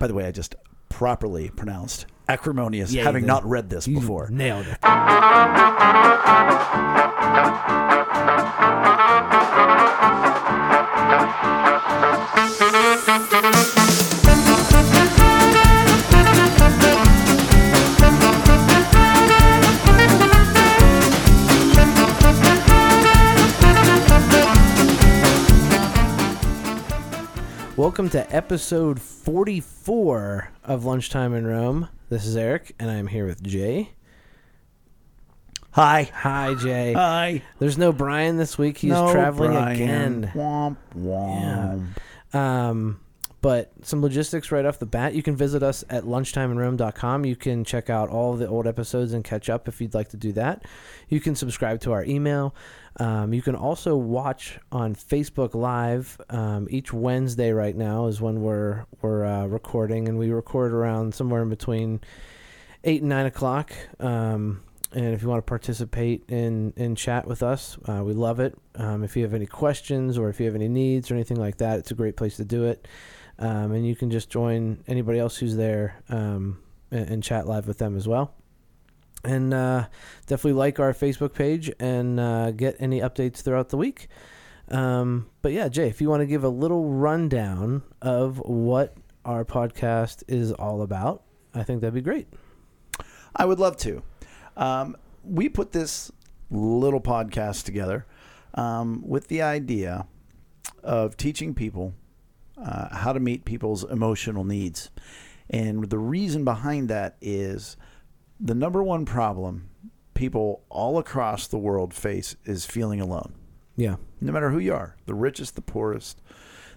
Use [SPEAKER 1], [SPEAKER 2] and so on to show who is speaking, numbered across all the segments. [SPEAKER 1] By the way, I just properly pronounced acrimonious,
[SPEAKER 2] Yeah, you
[SPEAKER 1] having
[SPEAKER 2] did.
[SPEAKER 1] not read this before.
[SPEAKER 2] Nailed it. Welcome to episode 44 of Lunchtime in Rome. This is Eric, and I'm here with Jay.
[SPEAKER 1] Hi.
[SPEAKER 2] Hi, Jay.
[SPEAKER 1] Hi.
[SPEAKER 2] Uh, There's no Brian this week. He's
[SPEAKER 1] No,
[SPEAKER 2] traveling
[SPEAKER 1] Brian.
[SPEAKER 2] again.
[SPEAKER 1] Womp, womp.
[SPEAKER 2] Um, but some logistics right off the bat. You can visit us at lunchtimeinrome.com. You can check out all the old episodes and catch up if you'd like to do that. You can subscribe to our email. Um, you can also watch on Facebook Live um, each Wednesday. Right now is when we're we're uh, recording, and we record around somewhere in between eight and nine o'clock. Um, and if you want to participate in, in chat with us, uh, we love it. Um, if you have any questions or if you have any needs or anything like that, it's a great place to do it. Um, and you can just join anybody else who's there um, and, and chat live with them as well. And uh, definitely like our Facebook page and uh, get any updates throughout the week. Um, but yeah, Jay, if you want to give a little rundown of what our podcast is all about, I think that'd be great.
[SPEAKER 1] I would love to. Um, we put this little podcast together um, with the idea of teaching people uh, how to meet people's emotional needs. And the reason behind that is the number one problem people all across the world face is feeling alone
[SPEAKER 2] Yeah.
[SPEAKER 1] no matter who you are the richest, the poorest,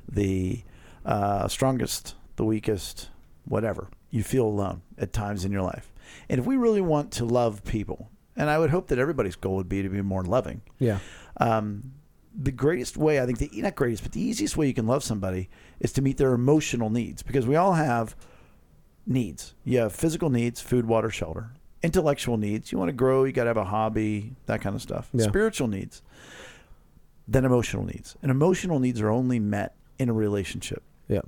[SPEAKER 1] the uh, strongest, the weakest, whatever. You feel alone at times in your life. And if we really want to love people, and I would hope that everybody's goal would be to be more loving,
[SPEAKER 2] Yeah.
[SPEAKER 1] um, the greatest way, I think, the not greatest, but the easiest way you can love somebody is to meet their emotional needs because we all have needs. You have physical needs, food, water, shelter, intellectual needs. You want to grow, you got to have a hobby, that kind of stuff.
[SPEAKER 2] Yeah.
[SPEAKER 1] Spiritual needs, then emotional needs. And emotional needs are only met in a relationship.
[SPEAKER 2] Yep.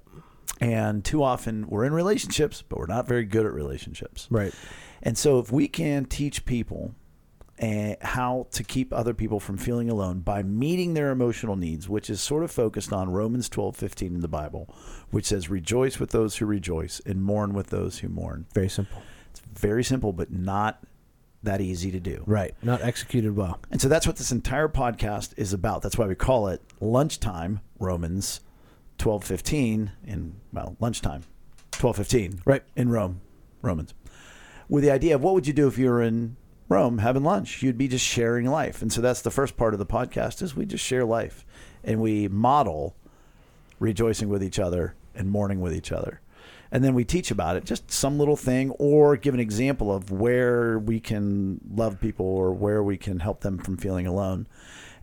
[SPEAKER 1] And too often we're in relationships, but we're not very good at relationships.
[SPEAKER 2] Right.
[SPEAKER 1] And so, if we can teach people eh, how to keep other people from feeling alone by meeting their emotional needs, which is sort of focused on Romans twelve fifteen in the Bible, which says, Rejoice with those who rejoice and mourn with those who mourn.
[SPEAKER 2] Very simple.
[SPEAKER 1] It's very simple, but not that easy to do.
[SPEAKER 2] Right. Not executed well.
[SPEAKER 1] And so, that's what this entire podcast is about. That's why we call it Lunchtime Romans twelve fifteen in, well, lunchtime, twelve fifteen
[SPEAKER 2] Right.
[SPEAKER 1] in Rome, Romans, with the idea of what would you do if you were in Rome having lunch? You'd be just sharing life, and so that's the first part of the podcast is we just share life, and we model rejoicing with each other and mourning with each other, and then we teach about it, just some little thing, or give an example of where we can love people or where we can help them from feeling alone,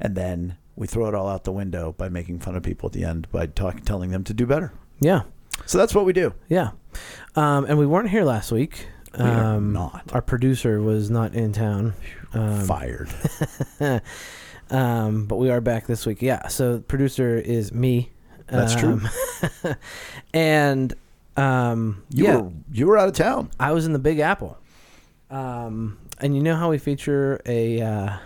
[SPEAKER 1] and then. We throw it all out the window by making fun of people at the end by talk, telling them to do better.
[SPEAKER 2] Yeah.
[SPEAKER 1] So that's what we do.
[SPEAKER 2] Yeah. Um, and we weren't here last week.
[SPEAKER 1] We are
[SPEAKER 2] Um,
[SPEAKER 1] not.
[SPEAKER 2] Our producer was not in town. Um,
[SPEAKER 1] Fired.
[SPEAKER 2] um, but we are back this week. Yeah. So producer is me.
[SPEAKER 1] That's true.
[SPEAKER 2] true. and um,
[SPEAKER 1] You
[SPEAKER 2] yeah,
[SPEAKER 1] were you were out of town.
[SPEAKER 2] I was in the Big Apple. Um, and you know how we feature a uh,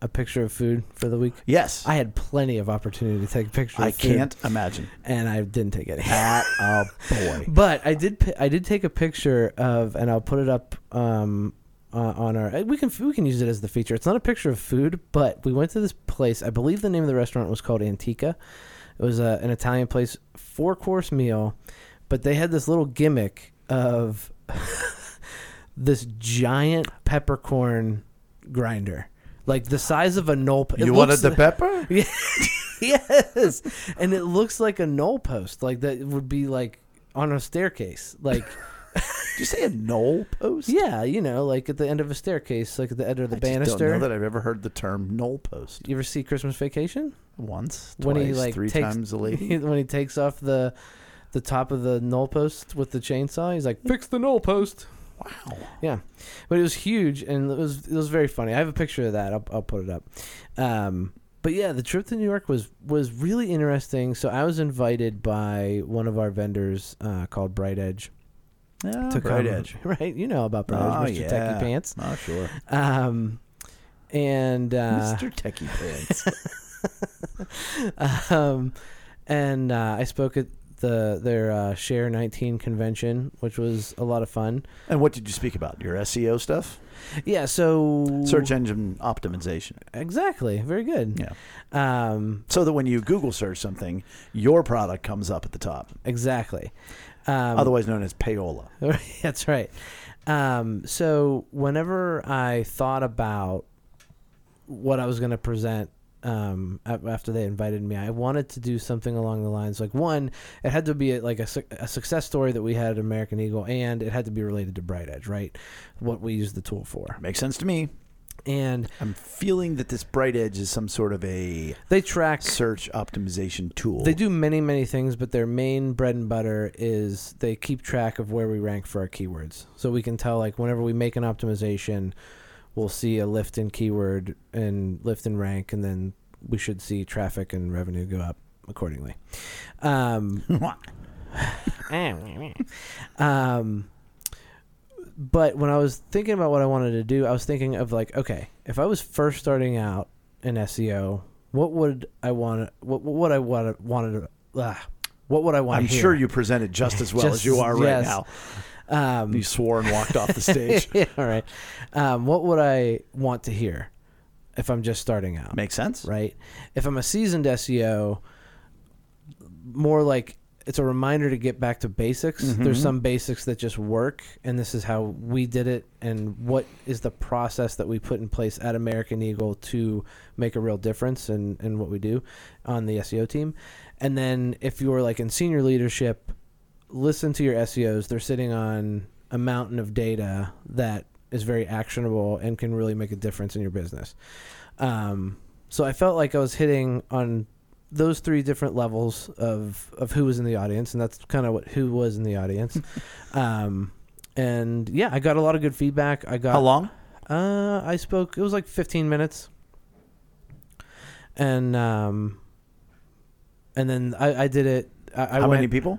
[SPEAKER 2] a picture of food for the week?
[SPEAKER 1] Yes.
[SPEAKER 2] I had plenty of opportunity to take pictures.
[SPEAKER 1] I
[SPEAKER 2] of food,
[SPEAKER 1] can't imagine.
[SPEAKER 2] and I didn't take any.
[SPEAKER 1] At a boy.
[SPEAKER 2] But I did. pi- I did take a picture of, and I'll put it up um, uh, on our. We can we can use it as the feature. It's not a picture of food, but we went to this place. I believe the name of the restaurant was called Antica. It was uh, an Italian place, four course meal, but they had this little gimmick of this giant peppercorn grinder, like the size of a null. it
[SPEAKER 1] You wanted
[SPEAKER 2] looks-
[SPEAKER 1] the pepper?
[SPEAKER 2] yes and it looks like a knoll post like that would be like on a staircase like
[SPEAKER 1] Did you say a knoll post?
[SPEAKER 2] yeah you know like at the end of a staircase like at the end of the
[SPEAKER 1] I just
[SPEAKER 2] banister
[SPEAKER 1] don't know that I've ever heard the term knoll post.
[SPEAKER 2] you ever see christmas vacation
[SPEAKER 1] Once, twice,
[SPEAKER 2] When he, like,
[SPEAKER 1] three
[SPEAKER 2] takes-
[SPEAKER 1] times a lady.
[SPEAKER 2] when he takes off the the top of the knoll post with the chainsaw he's like fix the knoll post
[SPEAKER 1] Wow.
[SPEAKER 2] yeah but it was huge and it was it was very funny i have a picture of that i'll, I'll put it up um But yeah, the trip to New York was was really interesting. So I was invited by one of our vendors uh, called Bright Edge
[SPEAKER 1] Yeah,
[SPEAKER 2] to
[SPEAKER 1] Ah, Bright
[SPEAKER 2] come-
[SPEAKER 1] Edge.
[SPEAKER 2] right? You know about Bright
[SPEAKER 1] Oh,
[SPEAKER 2] Edge, Mr.
[SPEAKER 1] yeah.
[SPEAKER 2] Techie Pants.
[SPEAKER 1] Oh, sure.
[SPEAKER 2] Um, and uh,
[SPEAKER 1] Mr. Techie Pants.
[SPEAKER 2] um, and uh, I spoke at the their uh, Share 19 convention, which was a lot of fun.
[SPEAKER 1] and what did you speak about? Your SEO stuff?
[SPEAKER 2] Yeah, so
[SPEAKER 1] Search engine optimization.
[SPEAKER 2] exactly, very good.
[SPEAKER 1] Yeah.
[SPEAKER 2] Um,
[SPEAKER 1] So that when you Google search something, your product comes up at the top,
[SPEAKER 2] exactly. Um,
[SPEAKER 1] otherwise known as payola.
[SPEAKER 2] That's right. Um, so whenever I thought about what I was going to present um, a- after they invited me, I wanted to do something along the lines like one, it had to be a, like a, su- a success story that we had at American Eagle, and it had to be related to Bright Edge, right? What we use the tool for,
[SPEAKER 1] Makes sense to me.
[SPEAKER 2] and
[SPEAKER 1] I'm feeling that this Bright Edge is some sort of a
[SPEAKER 2] they track.
[SPEAKER 1] search optimization tool.
[SPEAKER 2] They do many, many things, but their main bread and butter is they keep track of where we rank for our keywords. So we can tell, like, whenever we make an optimization, we'll see a lift in keyword and lift in rank, and then we should see traffic and revenue go up accordingly. Um, um, but when I was thinking about what I wanted to do, I was thinking of like, okay, if I was first starting out in SEO, what would I want? What what would I want wanted? Uh, what would I want?
[SPEAKER 1] I'm
[SPEAKER 2] here?
[SPEAKER 1] sure you presented just as well as
[SPEAKER 2] Just-
[SPEAKER 1] you are right
[SPEAKER 2] yes.
[SPEAKER 1] now.
[SPEAKER 2] Um,
[SPEAKER 1] You swore and walked off the stage.
[SPEAKER 2] all right. Um, what would I want to hear if I'm just starting out?
[SPEAKER 1] Makes sense.
[SPEAKER 2] right? If I'm a seasoned SEO, more like it's a reminder to get back to basics.
[SPEAKER 1] Mm-hmm,
[SPEAKER 2] There's some basics that just work, and this is how we did it, and what is the process that we put in place at American Eagle to make a real difference in, in what we do on the SEO team. And then if you're like in senior leadership, listen to your SEOs. They're sitting on a mountain of data that is very actionable and can really make a difference in your business. Um, so I felt like I was hitting on those three different levels of of who was in the audience, and that's kind of what who was in the audience. um, and yeah, I got a lot of good feedback. I got
[SPEAKER 1] How long?
[SPEAKER 2] uh, I spoke. It was like 15 minutes, and um, and then I, I did it. I, I
[SPEAKER 1] How
[SPEAKER 2] went,
[SPEAKER 1] many people?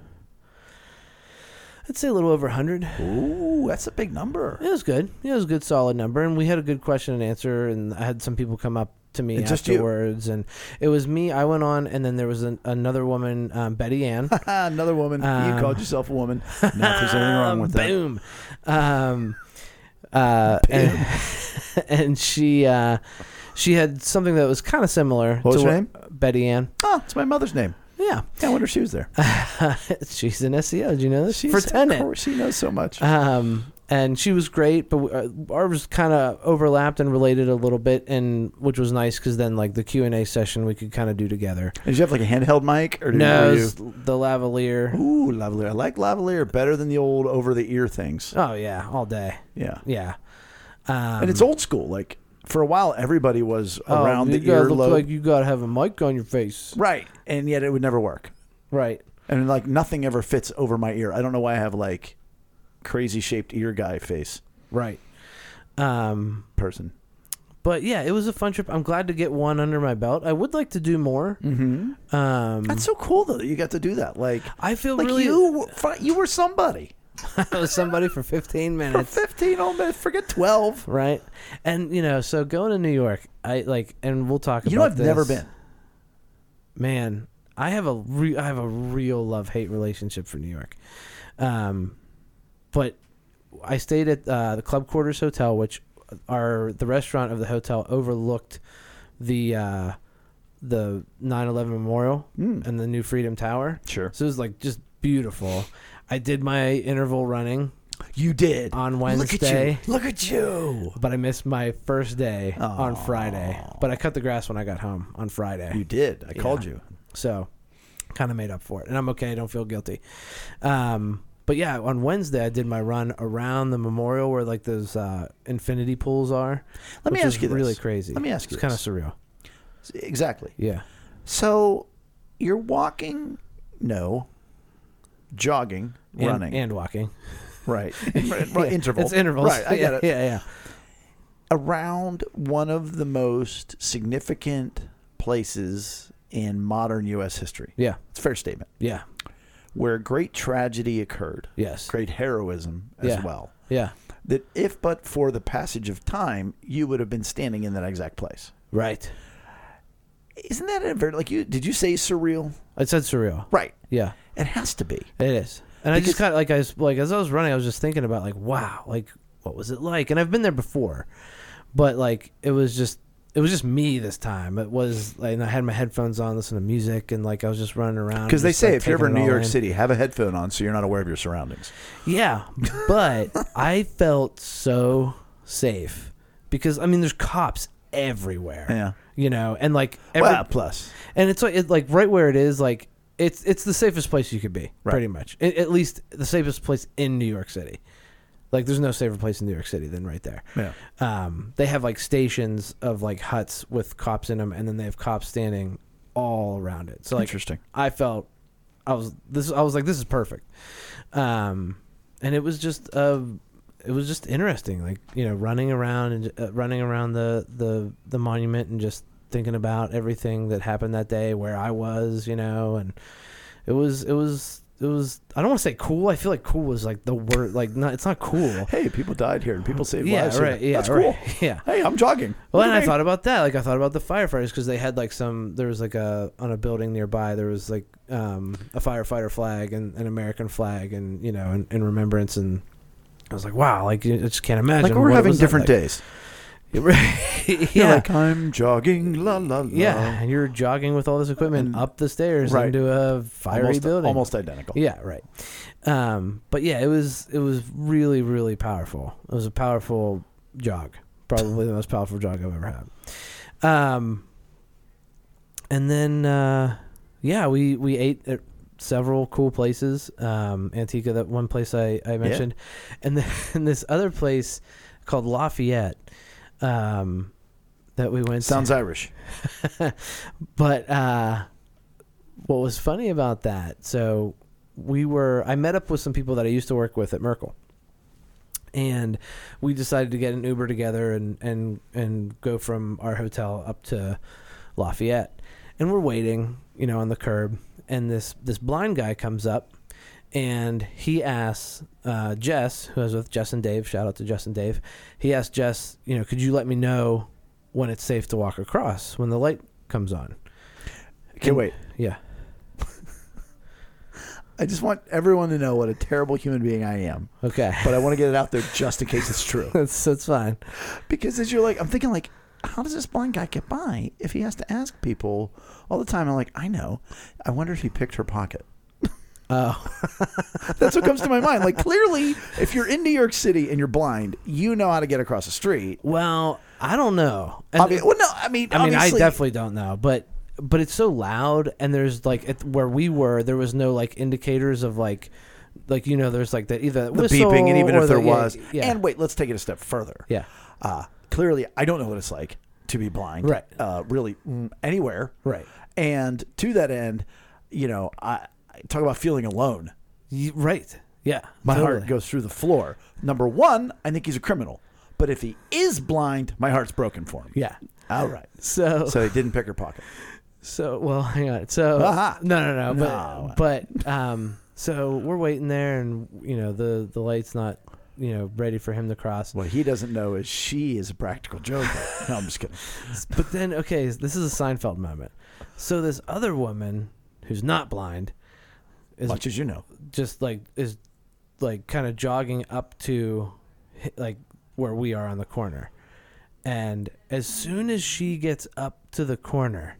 [SPEAKER 2] I'd say a little over 100.
[SPEAKER 1] Ooh, that's a big number.
[SPEAKER 2] It was good. It was a good, solid number, and we had a good question and answer. And I had some people come up to me
[SPEAKER 1] And just you.
[SPEAKER 2] afterwards, and it was me. I went on, and then there was an, another woman, um, Betty Ann.
[SPEAKER 1] Another woman. you
[SPEAKER 2] Um,
[SPEAKER 1] called yourself a woman. Not if there's anything wrong with that.
[SPEAKER 2] Boom. Um, uh, and, and she uh, she had something that was kind of similar.
[SPEAKER 1] What was
[SPEAKER 2] to
[SPEAKER 1] her
[SPEAKER 2] what-
[SPEAKER 1] name?
[SPEAKER 2] Betty Ann.
[SPEAKER 1] Oh, it's my mother's name.
[SPEAKER 2] Yeah,
[SPEAKER 1] Yeah, I wonder if she was there.
[SPEAKER 2] she's an SEO. Did you know this?
[SPEAKER 1] She's
[SPEAKER 2] For
[SPEAKER 1] Of
[SPEAKER 2] tenant.
[SPEAKER 1] course, she knows so much.
[SPEAKER 2] Um, and she was great, but uh, ours kind of overlapped and related a little bit, and which was nice because then like the Q and A session we could kind of do together.
[SPEAKER 1] Did you have like a handheld mic, or did
[SPEAKER 2] No,
[SPEAKER 1] you?
[SPEAKER 2] it's the lavalier.
[SPEAKER 1] Ooh, lavalier. I like lavalier better than the old over-the-ear things.
[SPEAKER 2] Oh yeah, all day.
[SPEAKER 1] Yeah,
[SPEAKER 2] Yeah. Um,
[SPEAKER 1] and it's old school. Like for a while, everybody was
[SPEAKER 2] oh,
[SPEAKER 1] around
[SPEAKER 2] you
[SPEAKER 1] the
[SPEAKER 2] guys look
[SPEAKER 1] earlobe,
[SPEAKER 2] like you gotta have a mic on your face.
[SPEAKER 1] right? And yet it would never work.
[SPEAKER 2] Right.
[SPEAKER 1] And like nothing ever fits over my ear. I don't know why I have like crazy shaped ear guy face
[SPEAKER 2] Right. Um,
[SPEAKER 1] person.
[SPEAKER 2] but yeah, it was a fun trip. I'm glad to get one under my belt. I would like to do more.
[SPEAKER 1] Mm-hmm.
[SPEAKER 2] Um,
[SPEAKER 1] That's so cool though that you got to do that. Like,
[SPEAKER 2] I feel
[SPEAKER 1] like
[SPEAKER 2] really
[SPEAKER 1] you, were- fi- you were somebody
[SPEAKER 2] I was somebody for 15
[SPEAKER 1] for
[SPEAKER 2] minutes.
[SPEAKER 1] fifteen. Oh man, forget twelve.
[SPEAKER 2] right? And you know, so going to New York, I like, and we'll talk.
[SPEAKER 1] You know,
[SPEAKER 2] about
[SPEAKER 1] I've never
[SPEAKER 2] this.
[SPEAKER 1] been.
[SPEAKER 2] Man, I have a re- I have a real love hate relationship for New York, um, but I stayed at uh, the Club Quarters Hotel, which are the restaurant of the hotel overlooked the uh, the 9/11 Memorial
[SPEAKER 1] Mm.
[SPEAKER 2] and the New Freedom Tower.
[SPEAKER 1] Sure,
[SPEAKER 2] So it was like just beautiful. I did my interval running
[SPEAKER 1] you did
[SPEAKER 2] on Wednesday
[SPEAKER 1] Look at you. Look at you.
[SPEAKER 2] but I missed my first day on
[SPEAKER 1] Aw.
[SPEAKER 2] Friday. But I cut the grass when I got home on
[SPEAKER 1] You
[SPEAKER 2] Friday,
[SPEAKER 1] did. I
[SPEAKER 2] Yeah.
[SPEAKER 1] called you.
[SPEAKER 2] so kind of made up for it, and I'm okay. I don't feel guilty. Um, but yeah, on Wednesday I did my run around the memorial where like those uh, infinity pools are.
[SPEAKER 1] Let me
[SPEAKER 2] which
[SPEAKER 1] ask
[SPEAKER 2] is
[SPEAKER 1] you this.
[SPEAKER 2] really crazy.
[SPEAKER 1] Let me ask you
[SPEAKER 2] It's kind of
[SPEAKER 1] this.
[SPEAKER 2] surreal.
[SPEAKER 1] Exactly.
[SPEAKER 2] Yeah,
[SPEAKER 1] So you're walking, no, jogging,
[SPEAKER 2] And-
[SPEAKER 1] running,
[SPEAKER 2] and walking.
[SPEAKER 1] right, right, right, interval.
[SPEAKER 2] It's intervals.
[SPEAKER 1] Right, I
[SPEAKER 2] yeah,
[SPEAKER 1] get it.
[SPEAKER 2] Yeah, yeah.
[SPEAKER 1] Around one of the most significant places in modern U.S. history.
[SPEAKER 2] Yeah.
[SPEAKER 1] It's a fair statement.
[SPEAKER 2] Yeah.
[SPEAKER 1] Where great tragedy occurred,
[SPEAKER 2] Yes.
[SPEAKER 1] great heroism as
[SPEAKER 2] Yeah.
[SPEAKER 1] well.
[SPEAKER 2] Yeah.
[SPEAKER 1] That if but for the passage of time, you would have been standing in that exact place.
[SPEAKER 2] Right.
[SPEAKER 1] Isn't that a very like you? Did you say surreal?
[SPEAKER 2] It said surreal.
[SPEAKER 1] Right.
[SPEAKER 2] Yeah.
[SPEAKER 1] It has to be.
[SPEAKER 2] It is. And I just
[SPEAKER 1] Because-
[SPEAKER 2] kind of like I was like as I was running, I was just thinking about like wow, like what was it like? And I've been there before, but like it was just it was just me this time. It was like and I had my headphones on, listening to music, and like I was just running around.
[SPEAKER 1] Because they
[SPEAKER 2] just,
[SPEAKER 1] say
[SPEAKER 2] like,
[SPEAKER 1] if you're ever in
[SPEAKER 2] taking it
[SPEAKER 1] New
[SPEAKER 2] all
[SPEAKER 1] York
[SPEAKER 2] in.
[SPEAKER 1] City, have a headphone on so you're not aware of your surroundings.
[SPEAKER 2] yeah. But I felt so safe because I mean, there's cops everywhere.
[SPEAKER 1] Yeah.
[SPEAKER 2] You know, and like every,
[SPEAKER 1] well, plus,
[SPEAKER 2] and it's like it, like right where it is like it's it's the safest place you could be
[SPEAKER 1] Right.
[SPEAKER 2] pretty much A- at least the safest place in new york city like there's no safer place in new york city than right there
[SPEAKER 1] yeah,
[SPEAKER 2] um, they have like stations of like huts with cops in them and then they have cops standing all around it so like
[SPEAKER 1] interesting.
[SPEAKER 2] i felt i was this i was like this is perfect um, and it was just uh, it was just interesting like you know running around and uh, running around the, the the monument and just thinking about everything that happened that day where i was you know and it was it was it was i don't want to say cool i feel like cool was like the word like not it's not cool
[SPEAKER 1] Hey, people died here and people saved
[SPEAKER 2] yeah
[SPEAKER 1] lives. here.
[SPEAKER 2] right yeah
[SPEAKER 1] that's
[SPEAKER 2] right.
[SPEAKER 1] cool.
[SPEAKER 2] yeah
[SPEAKER 1] Hey, I'm jogging.
[SPEAKER 2] well,
[SPEAKER 1] Look
[SPEAKER 2] and
[SPEAKER 1] at
[SPEAKER 2] I
[SPEAKER 1] me.
[SPEAKER 2] thought about that. Like I thought about the firefighters because they had like some. There was like a on a building nearby. There was like um, a firefighter flag and an American flag, and you know, in, in remembrance. And I was like, wow, like you- I just can't imagine.
[SPEAKER 1] like we're
[SPEAKER 2] what it
[SPEAKER 1] having
[SPEAKER 2] was that
[SPEAKER 1] different
[SPEAKER 2] like.
[SPEAKER 1] days. You're
[SPEAKER 2] yeah,
[SPEAKER 1] like I'm jogging, la la la.
[SPEAKER 2] yeah. And you're jogging with all this equipment
[SPEAKER 1] And-
[SPEAKER 2] up the stairs
[SPEAKER 1] Mm. right.
[SPEAKER 2] into a fiery
[SPEAKER 1] almost,
[SPEAKER 2] building.
[SPEAKER 1] almost identical.
[SPEAKER 2] Yeah, right. Um, but yeah, it was it was really really powerful. It was a powerful jog, probably the most powerful jog I've ever had. Um, and then uh, yeah, we we ate at several cool places. Um, Antica, that one place I I mentioned, and then and this other place called Lafayette. Um, that we went to
[SPEAKER 1] Sounds Irish.
[SPEAKER 2] but uh, what was funny about that? So we were. I met up with some people that I used to work with at Merkle, and we decided to get an Uber together and and and go from our hotel up to Lafayette. And we're waiting, you know, on the curb, and this this blind guy comes up. And he asks uh, Jess, who I was with Jess and Dave. Shout out to Jess and Dave. He asked Jess, you know, could you let me know when it's safe to walk across when the light comes on?
[SPEAKER 1] Okay,
[SPEAKER 2] And-
[SPEAKER 1] wait.
[SPEAKER 2] Yeah.
[SPEAKER 1] I just want everyone to know what a terrible human being I am,
[SPEAKER 2] Okay.
[SPEAKER 1] but I want to get it out there just in case it's true.
[SPEAKER 2] that's that's fine.
[SPEAKER 1] Because as you're like, I'm thinking like, how does this blind guy get by if he has to ask people all the time? I'm like, I know. I wonder if he picked her pocket.
[SPEAKER 2] Oh,
[SPEAKER 1] That's what comes to my mind. Like clearly, if you're in New York City and you're blind, you know how to get across the street.
[SPEAKER 2] well, I don't know. And-
[SPEAKER 1] Obvi- well, no, I mean,
[SPEAKER 2] I mean, I
[SPEAKER 1] obviously-
[SPEAKER 2] definitely don't know, but but it's so loud, and there's like at, where we were, there was no like indicators of like like you know, there's like the either
[SPEAKER 1] the beeping, and even if there was.
[SPEAKER 2] yeah,
[SPEAKER 1] And wait, let's take it a step further.
[SPEAKER 2] yeah,
[SPEAKER 1] Uh, clearly, I don't know what it's like to be blind.
[SPEAKER 2] Right.
[SPEAKER 1] Uh, really, mm, anywhere.
[SPEAKER 2] Right.
[SPEAKER 1] And to that end, you know, I, I talk about feeling alone.
[SPEAKER 2] Y- right, yeah.
[SPEAKER 1] My heart
[SPEAKER 2] totally.
[SPEAKER 1] goes through the floor. Number one, I think he's a criminal. But if he is blind, my heart's broken for him.
[SPEAKER 2] Yeah.
[SPEAKER 1] All right.
[SPEAKER 2] So
[SPEAKER 1] So he didn't pick her pocket.
[SPEAKER 2] So well, hang on. So
[SPEAKER 1] Aha.
[SPEAKER 2] no, no, no,
[SPEAKER 1] No.
[SPEAKER 2] But but um, so we're waiting there, and you know the the light's not you know ready for him to cross.
[SPEAKER 1] What he doesn't know is she is a practical joker. no, I'm just kidding.
[SPEAKER 2] But then okay, this is a Seinfeld moment. So this other woman who's not blind is
[SPEAKER 1] Much as you know.
[SPEAKER 2] just like is like kind of jogging up to hi- like where we are on the corner. And as soon as she gets up to the corner,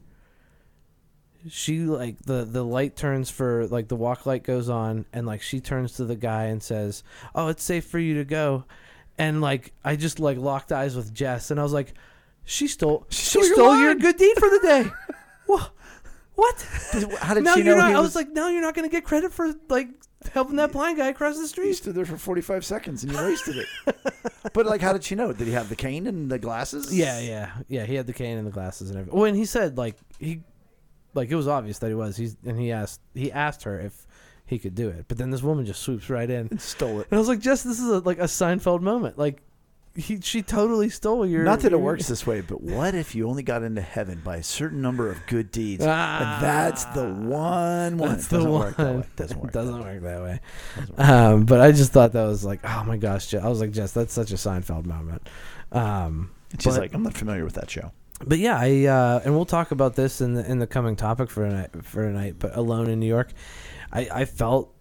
[SPEAKER 2] she like the the light turns for like the walk light goes on and like she turns to the guy and says, "Oh, it's safe for you to go." And like I just like locked eyes with Jess and I was like, "She stole she
[SPEAKER 1] stole
[SPEAKER 2] stole,
[SPEAKER 1] your
[SPEAKER 2] your,
[SPEAKER 1] line."
[SPEAKER 2] good deed for the day." what? What?
[SPEAKER 1] How did
[SPEAKER 2] No,
[SPEAKER 1] she
[SPEAKER 2] you're
[SPEAKER 1] know
[SPEAKER 2] not.
[SPEAKER 1] he
[SPEAKER 2] I was like, no, you're not going to get credit for like helping that blind guy across the
[SPEAKER 1] He
[SPEAKER 2] street.
[SPEAKER 1] stood there for 45 seconds and you wasted it. but, like, how did she know? Did he have the cane and the glasses?
[SPEAKER 2] Yeah, yeah, yeah. He had the cane and the glasses and everything. Well, and he said like he, like it was obvious that he was. He's and he asked he asked her if he could do it, but then this woman just swoops right in, and
[SPEAKER 1] Stole it.
[SPEAKER 2] I was like, Jess, this is a, like a Seinfeld moment. Like he she totally stole your.
[SPEAKER 1] Not that it
[SPEAKER 2] your-
[SPEAKER 1] works this way, but what if you only got into heaven by a certain number of good deeds?
[SPEAKER 2] Ah.
[SPEAKER 1] and that's the one. one.
[SPEAKER 2] That's
[SPEAKER 1] It
[SPEAKER 2] the
[SPEAKER 1] doesn't
[SPEAKER 2] one.
[SPEAKER 1] Work that way. Doesn't work. that
[SPEAKER 2] Doesn't
[SPEAKER 1] way.
[SPEAKER 2] work that way.
[SPEAKER 1] Doesn't work.
[SPEAKER 2] Um, but I just thought that was like, oh my gosh, Jess. I was like, Jess, that's such a Seinfeld moment. Um,
[SPEAKER 1] And she's
[SPEAKER 2] but-
[SPEAKER 1] like, I'm not familiar with that show.
[SPEAKER 2] but yeah, I uh, and we'll talk about this in the in the coming topic for tonight. For tonight, but alone in New York, I, I felt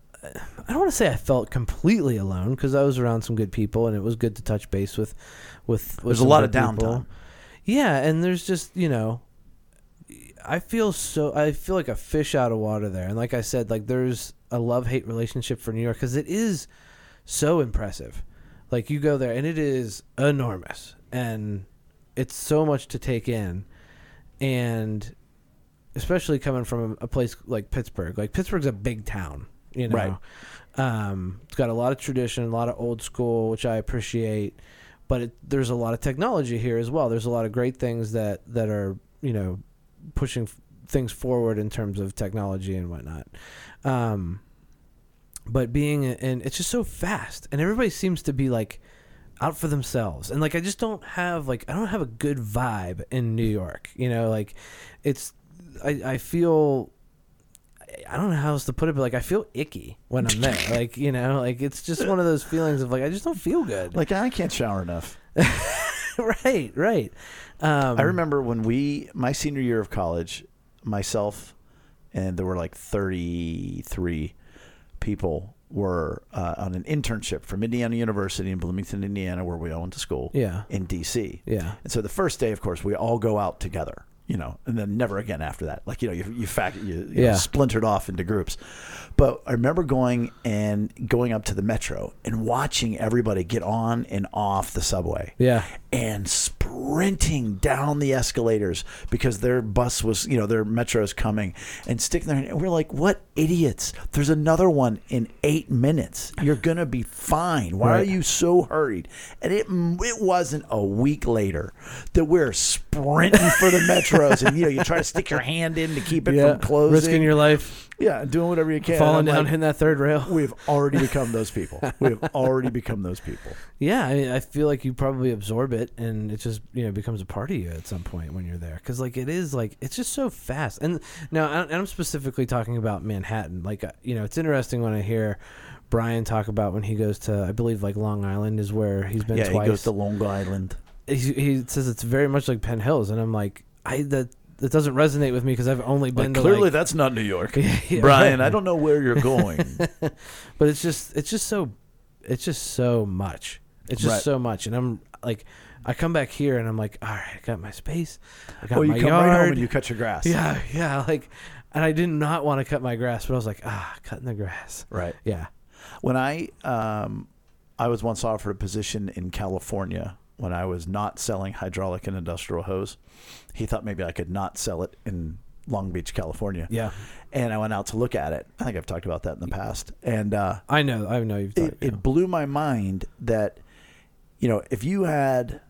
[SPEAKER 2] I don't want to say I felt completely alone because I was around some good people and it was good to touch base with with. with
[SPEAKER 1] There's a
[SPEAKER 2] some
[SPEAKER 1] lot of
[SPEAKER 2] good people.
[SPEAKER 1] downtime.
[SPEAKER 2] Yeah, and there's just you know, I feel so I feel like a fish out of water there, and like I said, like there's a love hate relationship for New York because it is so impressive. Like you go there and it is enormous, and it's so much to take in, and especially coming from a place like Pittsburgh. Like Pittsburgh's a big town, you know.
[SPEAKER 1] Right.
[SPEAKER 2] Um, it's got a lot of tradition, a lot of old school, which I appreciate. But it, there's a lot of technology here as well. There's a lot of great things that that are you know pushing f- things forward in terms of technology and whatnot. Um, but being and it's just so fast, and everybody seems to be like out for themselves, and like I just don't have like I don't have a good vibe in New York. You know, like it's I I feel I don't know how else to put it, but like I feel icky when I'm there. like you know, like it's just one of those feelings of like I just don't feel good.
[SPEAKER 1] Like I can't shower enough.
[SPEAKER 2] right, right. Um,
[SPEAKER 1] I remember when we my senior year of college, myself, and there were like 33 people were uh, on an internship from Indiana University in Bloomington, Indiana, where we all went to school.
[SPEAKER 2] Yeah.
[SPEAKER 1] In D.C.
[SPEAKER 2] Yeah.
[SPEAKER 1] And so the first day, of course, we all go out together, you know, and then never again after that. Like, you know, you, you, fact, you, you know,
[SPEAKER 2] Yeah.
[SPEAKER 1] splintered off into groups. But I remember going and going up to the metro and watching everybody get on and off the subway.
[SPEAKER 2] Yeah.
[SPEAKER 1] And sprinting down the escalators because their bus was, you know, their metro's coming and sticking their hand. And we're like, what idiots? There's another one in eight minutes. You're going to be fine. Why are
[SPEAKER 2] Right.
[SPEAKER 1] you? you so hurried? And it it wasn't a week later that we're sprinting for the metros, and you know you try to stick your hand in to keep it
[SPEAKER 2] Yeah.
[SPEAKER 1] from closing,
[SPEAKER 2] Risking your life,
[SPEAKER 1] yeah, doing whatever you can,
[SPEAKER 2] falling
[SPEAKER 1] And I'm
[SPEAKER 2] down,
[SPEAKER 1] like,
[SPEAKER 2] hitting that third rail.
[SPEAKER 1] We've already become those people. We've already become those people.
[SPEAKER 2] Yeah, I, mean, I feel like you probably absorb it, and it just you know becomes a part of you at some point when you're there, because like it is like it's just so fast. And now I- and I'm specifically talking about Manhattan. Like uh, you know, it's interesting when I hear Brian talk about when he goes to I believe like Long Island is where he's been
[SPEAKER 1] yeah,
[SPEAKER 2] twice.
[SPEAKER 1] he goes to Long Island.
[SPEAKER 2] he, he says it's very much like Penn Hills, and I'm like I that that doesn't resonate with me because I've only been to like,
[SPEAKER 1] that's not New York,
[SPEAKER 2] Yeah, right.
[SPEAKER 1] don't know where you're going.
[SPEAKER 2] but it's just it's just so it's just so much it's just
[SPEAKER 1] Right.
[SPEAKER 2] so much and i'm like i come back here and i'm like all right i got my space i got
[SPEAKER 1] well, you
[SPEAKER 2] my
[SPEAKER 1] come
[SPEAKER 2] yard
[SPEAKER 1] right home and you cut your grass.
[SPEAKER 2] yeah yeah like and i did not want to cut my grass but i was like ah cutting the grass
[SPEAKER 1] right.
[SPEAKER 2] yeah
[SPEAKER 1] When I um, I was once offered a position in California when I was not selling hydraulic and industrial hose. He thought maybe I could not sell it in Long Beach, California.
[SPEAKER 2] yeah
[SPEAKER 1] And I went out to look at it. I think I've talked about that in the past. And uh,
[SPEAKER 2] i know i know you've thought
[SPEAKER 1] it, it blew my mind that, you know, if you had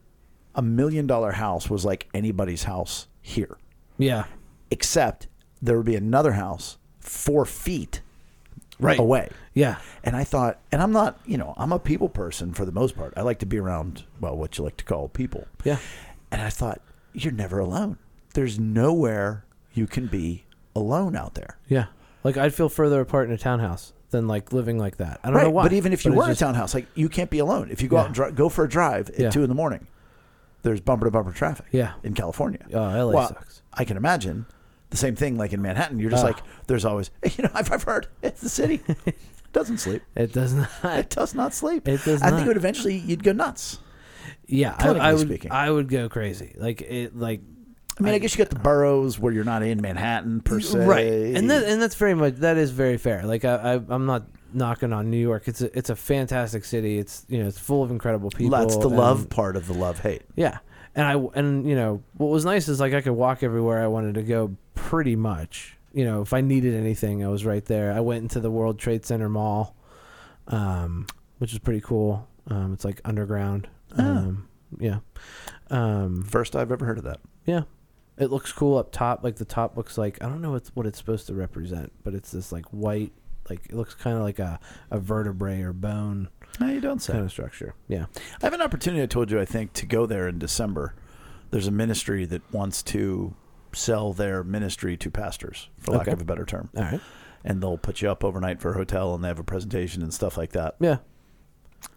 [SPEAKER 1] a million dollar house was like anybody's house here,
[SPEAKER 2] yeah
[SPEAKER 1] except there would be another house four feet
[SPEAKER 2] Right.
[SPEAKER 1] away.
[SPEAKER 2] yeah
[SPEAKER 1] And I thought, and I'm not, you know, I'm a people person for the most part. I like to be around, well, what you like to call people.
[SPEAKER 2] yeah
[SPEAKER 1] And I thought, you're never alone. There's nowhere you can be alone out there.
[SPEAKER 2] yeah like i'd feel further apart in a townhouse than like living like that i don't know why
[SPEAKER 1] But even if you
[SPEAKER 2] it's
[SPEAKER 1] were in a
[SPEAKER 2] just-
[SPEAKER 1] townhouse, like you can't be alone. If you go
[SPEAKER 2] Yeah.
[SPEAKER 1] out and dri- go for a drive at
[SPEAKER 2] Yeah.
[SPEAKER 1] two in the morning, there's bumper to bumper traffic.
[SPEAKER 2] Yeah.
[SPEAKER 1] In California.
[SPEAKER 2] Oh, LA
[SPEAKER 1] Well,
[SPEAKER 2] sucks.
[SPEAKER 1] I can imagine the same thing like in Manhattan. You're just
[SPEAKER 2] Ah.
[SPEAKER 1] like, there's always, you know, I've, I've heard it's the city. It doesn't sleep.
[SPEAKER 2] it does
[SPEAKER 1] It
[SPEAKER 2] not
[SPEAKER 1] does not sleep.
[SPEAKER 2] It does
[SPEAKER 1] I think
[SPEAKER 2] not.
[SPEAKER 1] it would eventually, you'd go nuts.
[SPEAKER 2] yeah I,
[SPEAKER 1] Clinically
[SPEAKER 2] I would
[SPEAKER 1] speaking.
[SPEAKER 2] i would go crazy like it like
[SPEAKER 1] I mean, I, guess you got the boroughs where you're not in Manhattan per se,
[SPEAKER 2] right and uh, that, and that's very much that is very fair like I, I i'm not knocking on new york it's a, it's a fantastic city it's you know it's full of incredible people
[SPEAKER 1] that's the
[SPEAKER 2] and-
[SPEAKER 1] love part of the love hate.
[SPEAKER 2] yeah and i and you know what was nice is like i could walk everywhere i wanted to go pretty much you know if i needed anything i was right there i went into the world trade center mall um which is pretty cool um it's like underground
[SPEAKER 1] Oh.
[SPEAKER 2] um yeah um
[SPEAKER 1] First I've ever heard of that.
[SPEAKER 2] yeah. It looks cool up top. Like the top looks like I don't know what, what it's supposed to represent, but it's this like white Like it looks kind of like a, a vertebrae or bone
[SPEAKER 1] No, you don't say.
[SPEAKER 2] kind of structure. Yeah.
[SPEAKER 1] I have an opportunity. I told you, I think, to go there in December. There's a ministry that wants to sell their ministry to pastors, for lack
[SPEAKER 2] Okay.
[SPEAKER 1] of a better term,
[SPEAKER 2] All right.
[SPEAKER 1] and they'll put you up overnight for a hotel, and they have a presentation and stuff like that.
[SPEAKER 2] Yeah.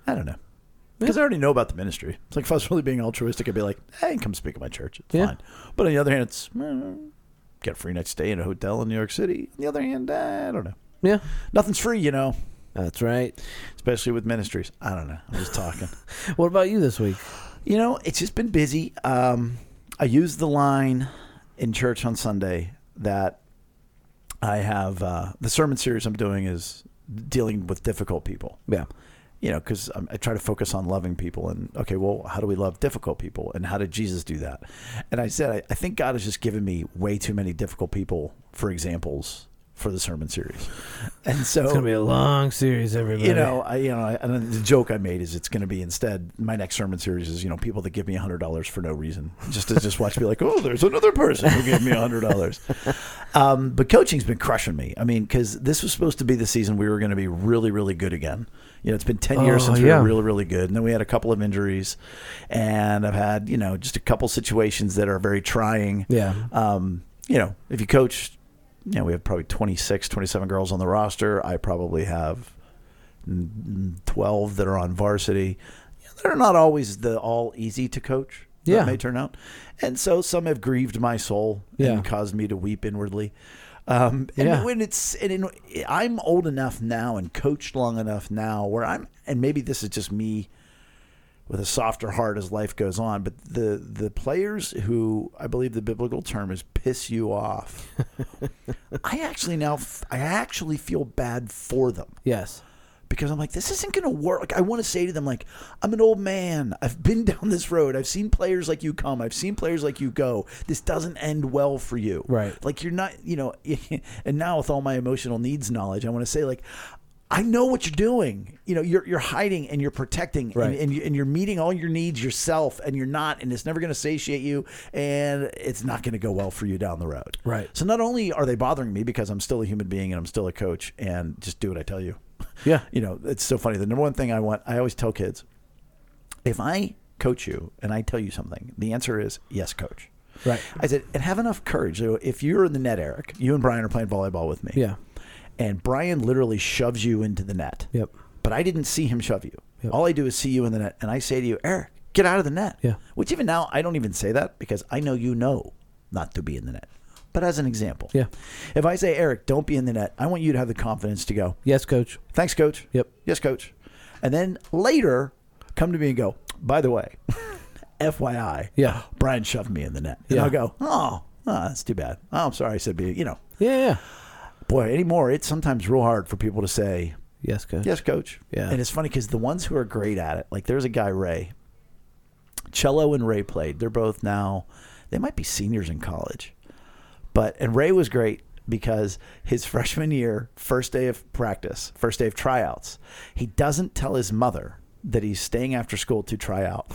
[SPEAKER 1] I don't know. Because I already know about the ministry. It's like if I was really being altruistic, I'd be like, hey, come speak at my church. It's
[SPEAKER 2] Yeah.
[SPEAKER 1] fine. But on the other hand, it's mm, get a free night stay in a hotel in New York City. On the other hand, eh, I don't know.
[SPEAKER 2] Yeah.
[SPEAKER 1] Nothing's free, you know,
[SPEAKER 2] That's right.
[SPEAKER 1] especially with ministries. I don't know. I'm just talking.
[SPEAKER 2] What about you this week?
[SPEAKER 1] You know, it's just been busy. Um, I used the line in church on Sunday that I have uh, the sermon series I'm doing is dealing with difficult people.
[SPEAKER 2] Yeah.
[SPEAKER 1] You know, because I try to focus on loving people and, okay, well, how do we love difficult people and how did Jesus do that? And I said, I, I think God has just given me way too many difficult people for examples for the sermon series. And so
[SPEAKER 2] It's gonna be a long series, everybody.
[SPEAKER 1] you know, I, you know, I, and then the joke I made is it's going to be instead my next sermon series is you know people that give me hundred dollars for no reason just to just watch me like oh there's another person who gave me hundred dollars, um, but coaching's been crushing me. I mean, because this was supposed to be the season we were going to be really really good again. You know, it's been ten years
[SPEAKER 2] Oh,
[SPEAKER 1] since we
[SPEAKER 2] yeah.
[SPEAKER 1] were really really good, and then we had a couple of injuries, and I've had you know just a couple situations that are very trying
[SPEAKER 2] Yeah.
[SPEAKER 1] um, you know, if you coach, you know, we have probably 26, 27 girls on the roster. I probably have mm, 12 that are on varsity. They're not always the all easy to coach. that
[SPEAKER 2] Yeah.
[SPEAKER 1] may turn out, and so some have grieved my soul
[SPEAKER 2] Yeah.
[SPEAKER 1] and caused me to weep inwardly. Um, and
[SPEAKER 2] Yeah.
[SPEAKER 1] when it's and in, I'm old enough now and coached long enough now where I'm and maybe this is just me with a softer heart as life goes on. But the the players who I believe the biblical term is piss you off. I actually now f- I actually feel bad for them
[SPEAKER 2] Yes.
[SPEAKER 1] because I'm like this isn't going to work. Like, I want to say to them like I'm an old man. I've been down this road. I've seen players like you come. I've seen players like you go. This doesn't end well for you.
[SPEAKER 2] Right.
[SPEAKER 1] Like you're not, you know, and now with all my emotional needs knowledge, I want to say like I know what you're doing. You know, you're you're hiding and you're protecting
[SPEAKER 2] Right.
[SPEAKER 1] and, and, you, and you're meeting all your needs yourself and you're not and it's never going to satiate you and it's not going to go well for you down the road.
[SPEAKER 2] Right.
[SPEAKER 1] So not only are they bothering me because I'm still a human being and I'm still a coach and just do what I tell you.
[SPEAKER 2] Yeah.
[SPEAKER 1] You know, it's so funny. The number one thing I want, I always tell kids, if I coach you and I tell you something, the answer is yes, coach.
[SPEAKER 2] Right.
[SPEAKER 1] I said, and have enough courage. So if you're in the net, Eric, you and Brian are playing volleyball with me.
[SPEAKER 2] Yeah.
[SPEAKER 1] And Brian literally shoves you into the net.
[SPEAKER 2] Yep.
[SPEAKER 1] But I didn't see him shove you.
[SPEAKER 2] Yep.
[SPEAKER 1] All I do is see you in the net. And I say to you, Eric, get out of the net.
[SPEAKER 2] Yeah.
[SPEAKER 1] Which even now, I don't even say that because I know you know not to be in the net. But as an example,
[SPEAKER 2] Yeah.
[SPEAKER 1] if I say, Eric, don't be in the net, I want you to have the confidence to go,
[SPEAKER 2] Yes, coach.
[SPEAKER 1] thanks, coach.
[SPEAKER 2] Yep.
[SPEAKER 1] Yes, coach. And then later, come to me and go, by the way, FYI,
[SPEAKER 2] Yeah.
[SPEAKER 1] Brian shoved me in the net. And
[SPEAKER 2] Yeah.
[SPEAKER 1] I'll go, oh, oh, that's too bad. Oh, I'm sorry. I said, be, you know,
[SPEAKER 2] Yeah. yeah.
[SPEAKER 1] boy, anymore, it's sometimes real hard for people to say,
[SPEAKER 2] Yes, coach.
[SPEAKER 1] yes, coach.
[SPEAKER 2] Yeah.
[SPEAKER 1] And it's funny because the ones who are great at it, like there's a guy, Ray, Cello and Ray played. They're both now, they might be seniors in college. But, and Ray was great because his freshman year, first day of practice, first day of tryouts, he doesn't tell his mother that he's staying after school to try out.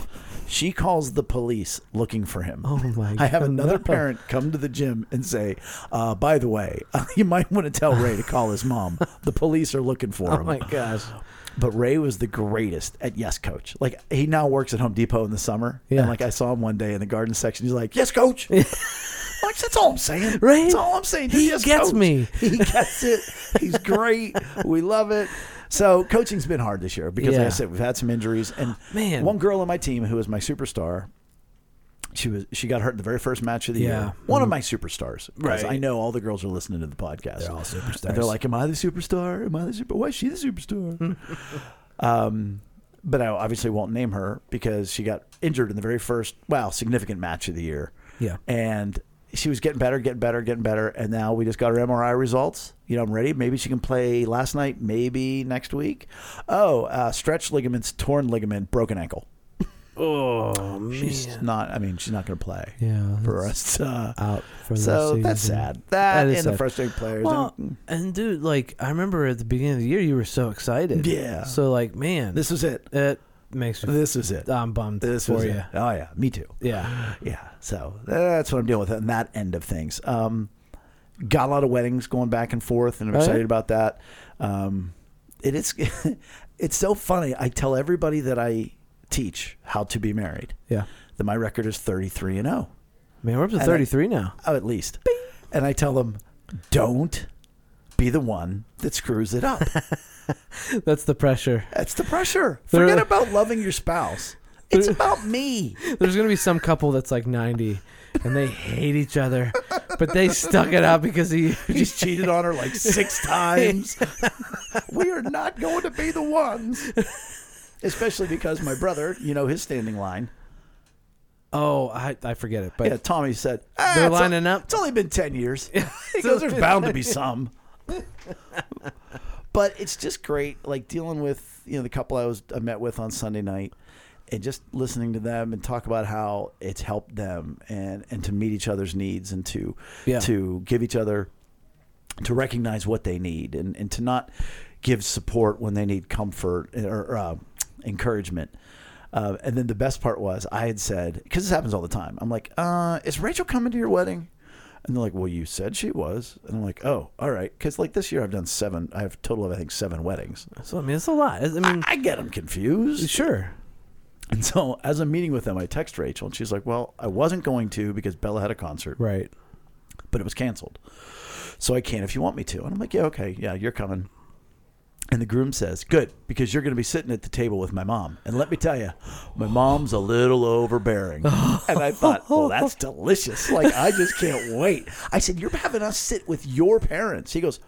[SPEAKER 1] She calls the police looking for him.
[SPEAKER 2] Oh my
[SPEAKER 1] I have
[SPEAKER 2] God,
[SPEAKER 1] another
[SPEAKER 2] no.
[SPEAKER 1] parent come to the gym and say, uh, by the way, you might want to tell Ray to call his mom. The police are looking for
[SPEAKER 2] Oh
[SPEAKER 1] him.
[SPEAKER 2] my gosh.
[SPEAKER 1] But Ray was the greatest at yes, coach. Like he now works at Home Depot in the summer.
[SPEAKER 2] Yeah.
[SPEAKER 1] And like I saw him one day in the garden section. He's like, yes, coach. like that's all I'm saying.
[SPEAKER 2] Right?
[SPEAKER 1] That's all I'm saying. Just
[SPEAKER 2] He
[SPEAKER 1] yes,
[SPEAKER 2] gets
[SPEAKER 1] coach."
[SPEAKER 2] me.
[SPEAKER 1] He gets it. He's great. we love it. So coaching's been hard this year because, like
[SPEAKER 2] Yeah.
[SPEAKER 1] I said, we've had some injuries and
[SPEAKER 2] Man.
[SPEAKER 1] one girl on my team who was my superstar. She was. She got hurt in the very first match of the
[SPEAKER 2] Yeah. Mm-hmm.
[SPEAKER 1] year. One of my superstars. 'cause
[SPEAKER 2] Right.
[SPEAKER 1] I know all the girls are listening to the podcast.
[SPEAKER 2] They're all superstars.
[SPEAKER 1] And they're like, "Am I the superstar? Am I the super? Why is she the superstar?" um, but I obviously won't name her because she got injured in the very first, wow, significant match of the year.
[SPEAKER 2] Yeah.
[SPEAKER 1] And she was getting better, getting better, getting better, and now we just got her MRI results. You know, I'm ready. Maybe she can play last night. Maybe next week. Oh, uh, stretched ligaments, torn ligament, broken ankle.
[SPEAKER 2] Oh man.
[SPEAKER 1] She's not. I mean, she's not going to play
[SPEAKER 2] yeah.
[SPEAKER 1] for
[SPEAKER 2] that's
[SPEAKER 1] us. Uh,
[SPEAKER 2] Out for the
[SPEAKER 1] so
[SPEAKER 2] season.
[SPEAKER 1] that's sad. That,
[SPEAKER 2] That is
[SPEAKER 1] and the
[SPEAKER 2] sad.
[SPEAKER 1] frustrating players.
[SPEAKER 2] Well,
[SPEAKER 1] and,
[SPEAKER 2] and dude, like I remember at the beginning of the year, you were so excited.
[SPEAKER 1] Yeah.
[SPEAKER 2] So like, man,
[SPEAKER 1] this was it.
[SPEAKER 2] it makes me.
[SPEAKER 1] This was it.
[SPEAKER 2] I'm bummed
[SPEAKER 1] Uh, This
[SPEAKER 2] for
[SPEAKER 1] was
[SPEAKER 2] you.
[SPEAKER 1] it. Oh yeah, me too.
[SPEAKER 2] Yeah.
[SPEAKER 1] Yeah. So that's what I'm dealing with on that end of things. Um, Got a lot of weddings going back and forth, and I'm
[SPEAKER 2] Oh, yeah?
[SPEAKER 1] excited about that. Um, it is, it's so funny. I tell everybody that I teach how to be married
[SPEAKER 2] Yeah.
[SPEAKER 1] that my record is 33 and 0,
[SPEAKER 2] Man, we're up to
[SPEAKER 1] I-
[SPEAKER 2] 33 now.
[SPEAKER 1] oh, at least. And I tell them, don't be the one that screws it up.
[SPEAKER 2] That's the pressure.
[SPEAKER 1] That's the pressure.
[SPEAKER 2] There-
[SPEAKER 1] Forget about loving your spouse. It's about me.
[SPEAKER 2] There's gonna be some couple that's like 90, and they hate each other, but they stuck it out because he.
[SPEAKER 1] He's cheated on her like six times. we are not going to be the ones. Especially because my brother, you know, his standing line.
[SPEAKER 2] Oh, I, I forget it, but
[SPEAKER 1] Yeah, Tommy said, "Ah,
[SPEAKER 2] They're
[SPEAKER 1] it's o-
[SPEAKER 2] lining up."
[SPEAKER 1] It's only been 10 years. he goes, There's bound to be some. but it's just great, like dealing with, you know, the couple I was I met with on Sunday night and just listening to them and talk about how it's helped them and, and to meet each other's needs and to
[SPEAKER 2] Yeah.
[SPEAKER 1] to give each other to recognize what they need and, and to not give support when they need comfort or uh, encouragement. Uh, and then the best part was I had said, because this happens all the time, I'm like, uh, is Rachel coming to your wedding? And they're like, well, you said she was. And I'm like, oh, all right. Because like this year I've done seven, I have a total of, I think, seven weddings.
[SPEAKER 2] so I mean, it's a lot. I mean,
[SPEAKER 1] I get them confused.
[SPEAKER 2] sure.
[SPEAKER 1] And so as I'm meeting with them, I text Rachel and she's like, well, I wasn't going to because Bella had a concert
[SPEAKER 2] Right.
[SPEAKER 1] but it was canceled. So I can if you want me to. And I'm like, yeah, okay, yeah, you're coming. And the groom says, good, because you're going to be sitting at the table with my mom. And let me tell you, my mom's a little overbearing. And I thought, well, that's delicious. Like, I just can't wait. I said, you're having us sit with your parents. He goes,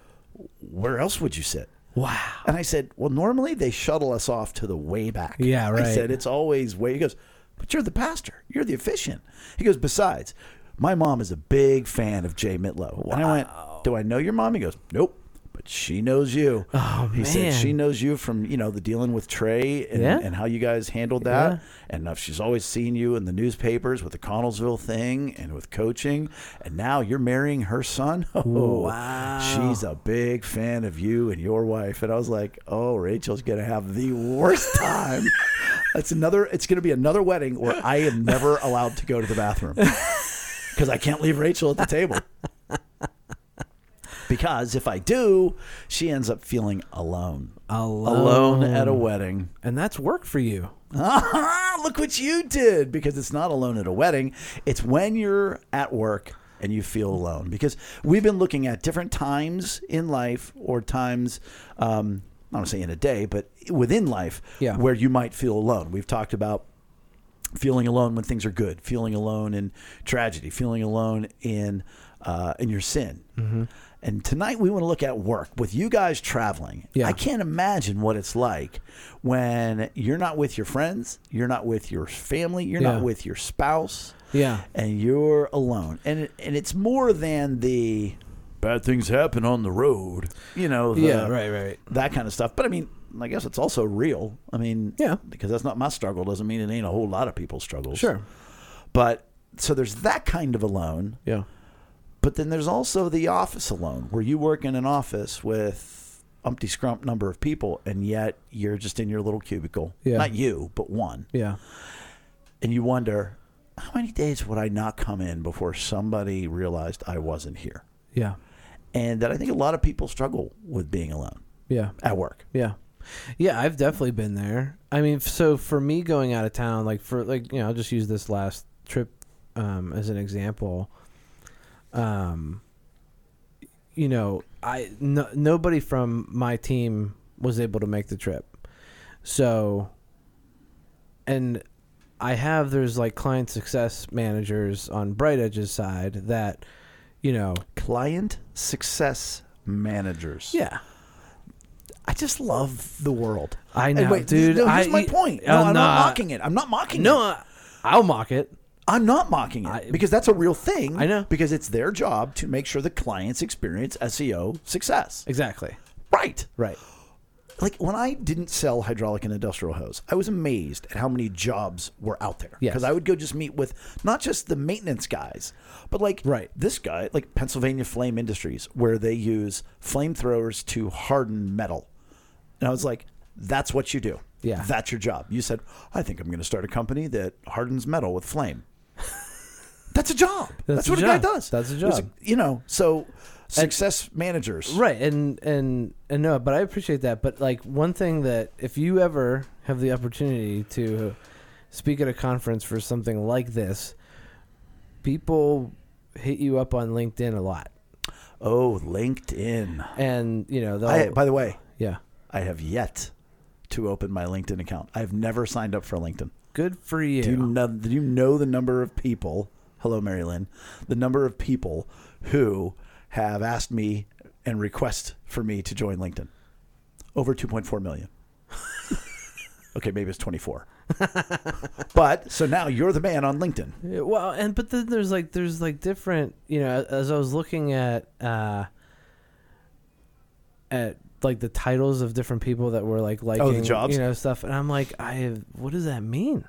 [SPEAKER 1] where else would you sit?
[SPEAKER 2] Wow.
[SPEAKER 1] And I said, well, normally they shuttle us off to the way back.
[SPEAKER 2] Yeah, right.
[SPEAKER 1] I said, it's always way. He goes, but you're the pastor. You're the officiant. He goes, besides, my mom is a big fan of Jay Mitlow. And I went, do I know your mom? He goes, nope. But she knows you.
[SPEAKER 2] Oh,
[SPEAKER 1] he said
[SPEAKER 2] man.
[SPEAKER 1] she knows you from you know the dealing with Trey and,
[SPEAKER 2] Yeah.
[SPEAKER 1] and how you guys handled that,
[SPEAKER 2] Yeah.
[SPEAKER 1] and uh, she's always seen you in the newspapers with the Connellsville thing and with coaching, and now you're marrying her son. Oh,
[SPEAKER 2] Wow.
[SPEAKER 1] she's a big fan of you and your wife. And I was like, oh, Rachel's going to have the worst time. That's another, it's going to be another wedding where I am never allowed to go to the bathroom because I can't leave Rachel at the table. Because if I do, she ends up feeling alone.
[SPEAKER 2] Alone.
[SPEAKER 1] Alone at a wedding.
[SPEAKER 2] And that's work for you.
[SPEAKER 1] Ah, look what you did because it's not alone at a wedding it's when you're at work and you feel alone because we've been looking at different times in life or times um, i don't want to say in a day but within life
[SPEAKER 2] Yeah.
[SPEAKER 1] where you might feel alone we've talked about feeling alone when things are good, feeling alone in tragedy, feeling alone in uh, in your sin.
[SPEAKER 2] Mm-hmm.
[SPEAKER 1] And tonight we want to look at work with you guys traveling.
[SPEAKER 2] Yeah.
[SPEAKER 1] I can't imagine what it's like when you're not with your friends, you're not with your family, you're
[SPEAKER 2] Yeah.
[SPEAKER 1] not with your spouse,
[SPEAKER 2] Yeah.
[SPEAKER 1] and you're alone. And it- and it's more than the bad things happen on the road, you know. The,
[SPEAKER 2] Yeah. Right. Right.
[SPEAKER 1] that kind of stuff. But I mean, I guess it's also real. I mean,
[SPEAKER 2] Yeah.
[SPEAKER 1] because that's not my struggle doesn't mean it ain't a whole lot of people's struggles.
[SPEAKER 2] Sure.
[SPEAKER 1] But so there's that kind of alone,
[SPEAKER 2] Yeah.
[SPEAKER 1] but then there's also the office alone where you work in an office with umpty scrump number of people and yet you're just in your little cubicle.
[SPEAKER 2] Yeah.
[SPEAKER 1] Not you, but one.
[SPEAKER 2] Yeah.
[SPEAKER 1] And you wonder, how many days would I not come in before somebody realized I wasn't here?
[SPEAKER 2] Yeah.
[SPEAKER 1] And that I think a lot of people struggle with being alone
[SPEAKER 2] Yeah.
[SPEAKER 1] at work.
[SPEAKER 2] Yeah. Yeah, I've definitely been there. I mean, f- so for me going out of town, like for like, you know, I'll just use this last trip um as an example. Um you know, I no, nobody from my team was able to make the trip. So and I have there's like client success managers on Bright Edge's side that you know,
[SPEAKER 1] Client success managers.
[SPEAKER 2] yeah.
[SPEAKER 1] I just love the world.
[SPEAKER 2] I
[SPEAKER 1] And
[SPEAKER 2] know, dude,
[SPEAKER 1] No, here's
[SPEAKER 2] I-
[SPEAKER 1] my point.
[SPEAKER 2] Oh,
[SPEAKER 1] No, I'm
[SPEAKER 2] nah.
[SPEAKER 1] not mocking it. I'm not mocking
[SPEAKER 2] No,
[SPEAKER 1] it.
[SPEAKER 2] I- I'll mock it.
[SPEAKER 1] I'm not mocking it
[SPEAKER 2] I-
[SPEAKER 1] because that's a real thing.
[SPEAKER 2] I know.
[SPEAKER 1] Because it's their job to make sure the clients experience SEO success.
[SPEAKER 2] Exactly.
[SPEAKER 1] Right.
[SPEAKER 2] Right.
[SPEAKER 1] Like when I didn't sell hydraulic and industrial hose, I was amazed at how many jobs were out there.
[SPEAKER 2] Yes.
[SPEAKER 1] Because I would go just meet with not just the maintenance guys, but like
[SPEAKER 2] Right.
[SPEAKER 1] this guy, like Pennsylvania Flame Industries, where they use flamethrowers to harden metal. And I was like, that's what you do.
[SPEAKER 2] Yeah.
[SPEAKER 1] That's your job. You said, I think I'm going to start a company that hardens metal with flame. That's a job. That's,
[SPEAKER 2] That's a
[SPEAKER 1] what a guy
[SPEAKER 2] job.
[SPEAKER 1] does.
[SPEAKER 2] That's a
[SPEAKER 1] It was
[SPEAKER 2] job.
[SPEAKER 1] you know, so Success managers.
[SPEAKER 2] Right, and and and no, but I appreciate that. But like one thing that if you ever have the opportunity to speak at a conference for something like this, people hit you up on LinkedIn a lot,
[SPEAKER 1] Oh, LinkedIn.
[SPEAKER 2] and you know they'll
[SPEAKER 1] I, by the way,
[SPEAKER 2] yeah,
[SPEAKER 1] I have yet to open my LinkedIn account. I've never signed up for LinkedIn.
[SPEAKER 2] good for you.
[SPEAKER 1] Do you know, do you know the number of people? Hello, Mary Lynn. The number of people who have asked me and request for me to join LinkedIn. Over 2.4 million. okay, maybe it's 24. but so now you're the man on LinkedIn.
[SPEAKER 2] Yeah, well, and but then there's like there's like different, you know, as I was looking at uh at like the titles of different people that were like liking,
[SPEAKER 1] Oh, jobs?
[SPEAKER 2] you know, stuff, and I'm like, I have, what does that mean?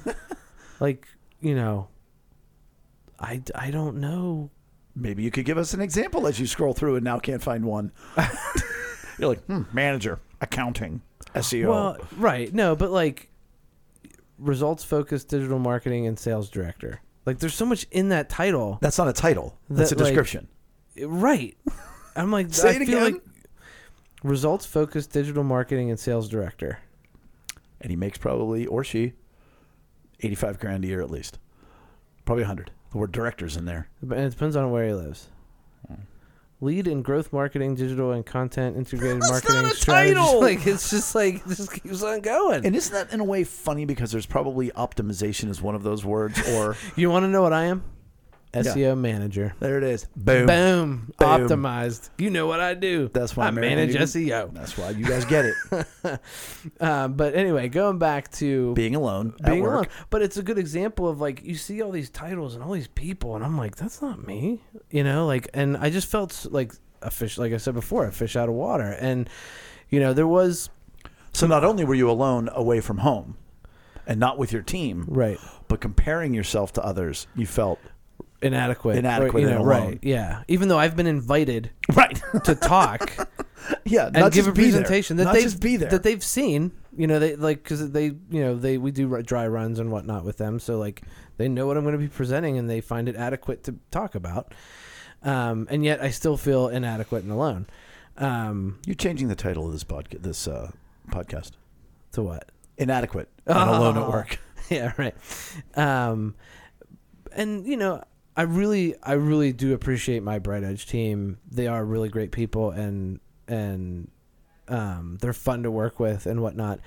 [SPEAKER 2] like, you know, I I don't know.
[SPEAKER 1] Maybe you could give us an example as you scroll through and now can't find one. you're like, hmm, manager, accounting, E SEO.
[SPEAKER 2] Well, right, no, but like results focused digital marketing and sales director. Like, there's so much in that title.
[SPEAKER 1] That's not a title. That's
[SPEAKER 2] That,
[SPEAKER 1] a
[SPEAKER 2] like-
[SPEAKER 1] description.
[SPEAKER 2] Right. I'm like,
[SPEAKER 1] Say
[SPEAKER 2] I
[SPEAKER 1] it
[SPEAKER 2] feel
[SPEAKER 1] again.
[SPEAKER 2] like results focused digital marketing and sales director.
[SPEAKER 1] and he makes probably or she 85 grand a year at least probably 100 the word directors in there
[SPEAKER 2] But- And it depends on where he lives.
[SPEAKER 1] Hmm.
[SPEAKER 2] Lead in growth marketing, digital and content integrated
[SPEAKER 1] That's
[SPEAKER 2] marketing
[SPEAKER 1] not a
[SPEAKER 2] strategies.
[SPEAKER 1] title!
[SPEAKER 2] Like it's just like it just keeps on going.
[SPEAKER 1] and isn't that in a way funny because there's probably optimization is one of those words or
[SPEAKER 2] you want to know what I am? SEO manager.
[SPEAKER 1] there it is
[SPEAKER 2] Boom.
[SPEAKER 1] boom,
[SPEAKER 2] Optimized. You know what I do.
[SPEAKER 1] That's why
[SPEAKER 2] I
[SPEAKER 1] Mary
[SPEAKER 2] manage
[SPEAKER 1] Lou-
[SPEAKER 2] SEO.
[SPEAKER 1] that's why you guys get it
[SPEAKER 2] Uh, but anyway, going back to
[SPEAKER 1] being alone at
[SPEAKER 2] being
[SPEAKER 1] work
[SPEAKER 2] alone. But it's a good example of like you see all these titles and all these people, and I'm like, that's not me, you know. Like, and I just felt s- like a fish, like I said before, a fish out of water. And you know, there was
[SPEAKER 1] so not only were you alone away from home and not with your team
[SPEAKER 2] right
[SPEAKER 1] but comparing yourself to others you felt
[SPEAKER 2] inadequate,
[SPEAKER 1] Inadequate
[SPEAKER 2] you
[SPEAKER 1] and
[SPEAKER 2] know,
[SPEAKER 1] alone.
[SPEAKER 2] right? Yeah, even though I've been invited
[SPEAKER 1] right
[SPEAKER 2] to talk
[SPEAKER 1] yeah
[SPEAKER 2] and
[SPEAKER 1] not
[SPEAKER 2] give
[SPEAKER 1] just
[SPEAKER 2] a
[SPEAKER 1] be there.
[SPEAKER 2] presentation that
[SPEAKER 1] not
[SPEAKER 2] they
[SPEAKER 1] just be there
[SPEAKER 2] that they've seen. You know, they like because they you know they we do r- dry runs and whatnot with them, so like they know what I'm going to be presenting and they find it adequate to talk about. Um, and yet, I still feel inadequate and alone. Um,
[SPEAKER 1] you're changing the title of this podcast this uh, podcast
[SPEAKER 2] to what?
[SPEAKER 1] inadequate and alone at
[SPEAKER 2] Oh.
[SPEAKER 1] work
[SPEAKER 2] yeah, right. Um, and you know, I really, I really do appreciate my Bright Edge team. They are really great people, and and um, they're fun to work with and whatnot.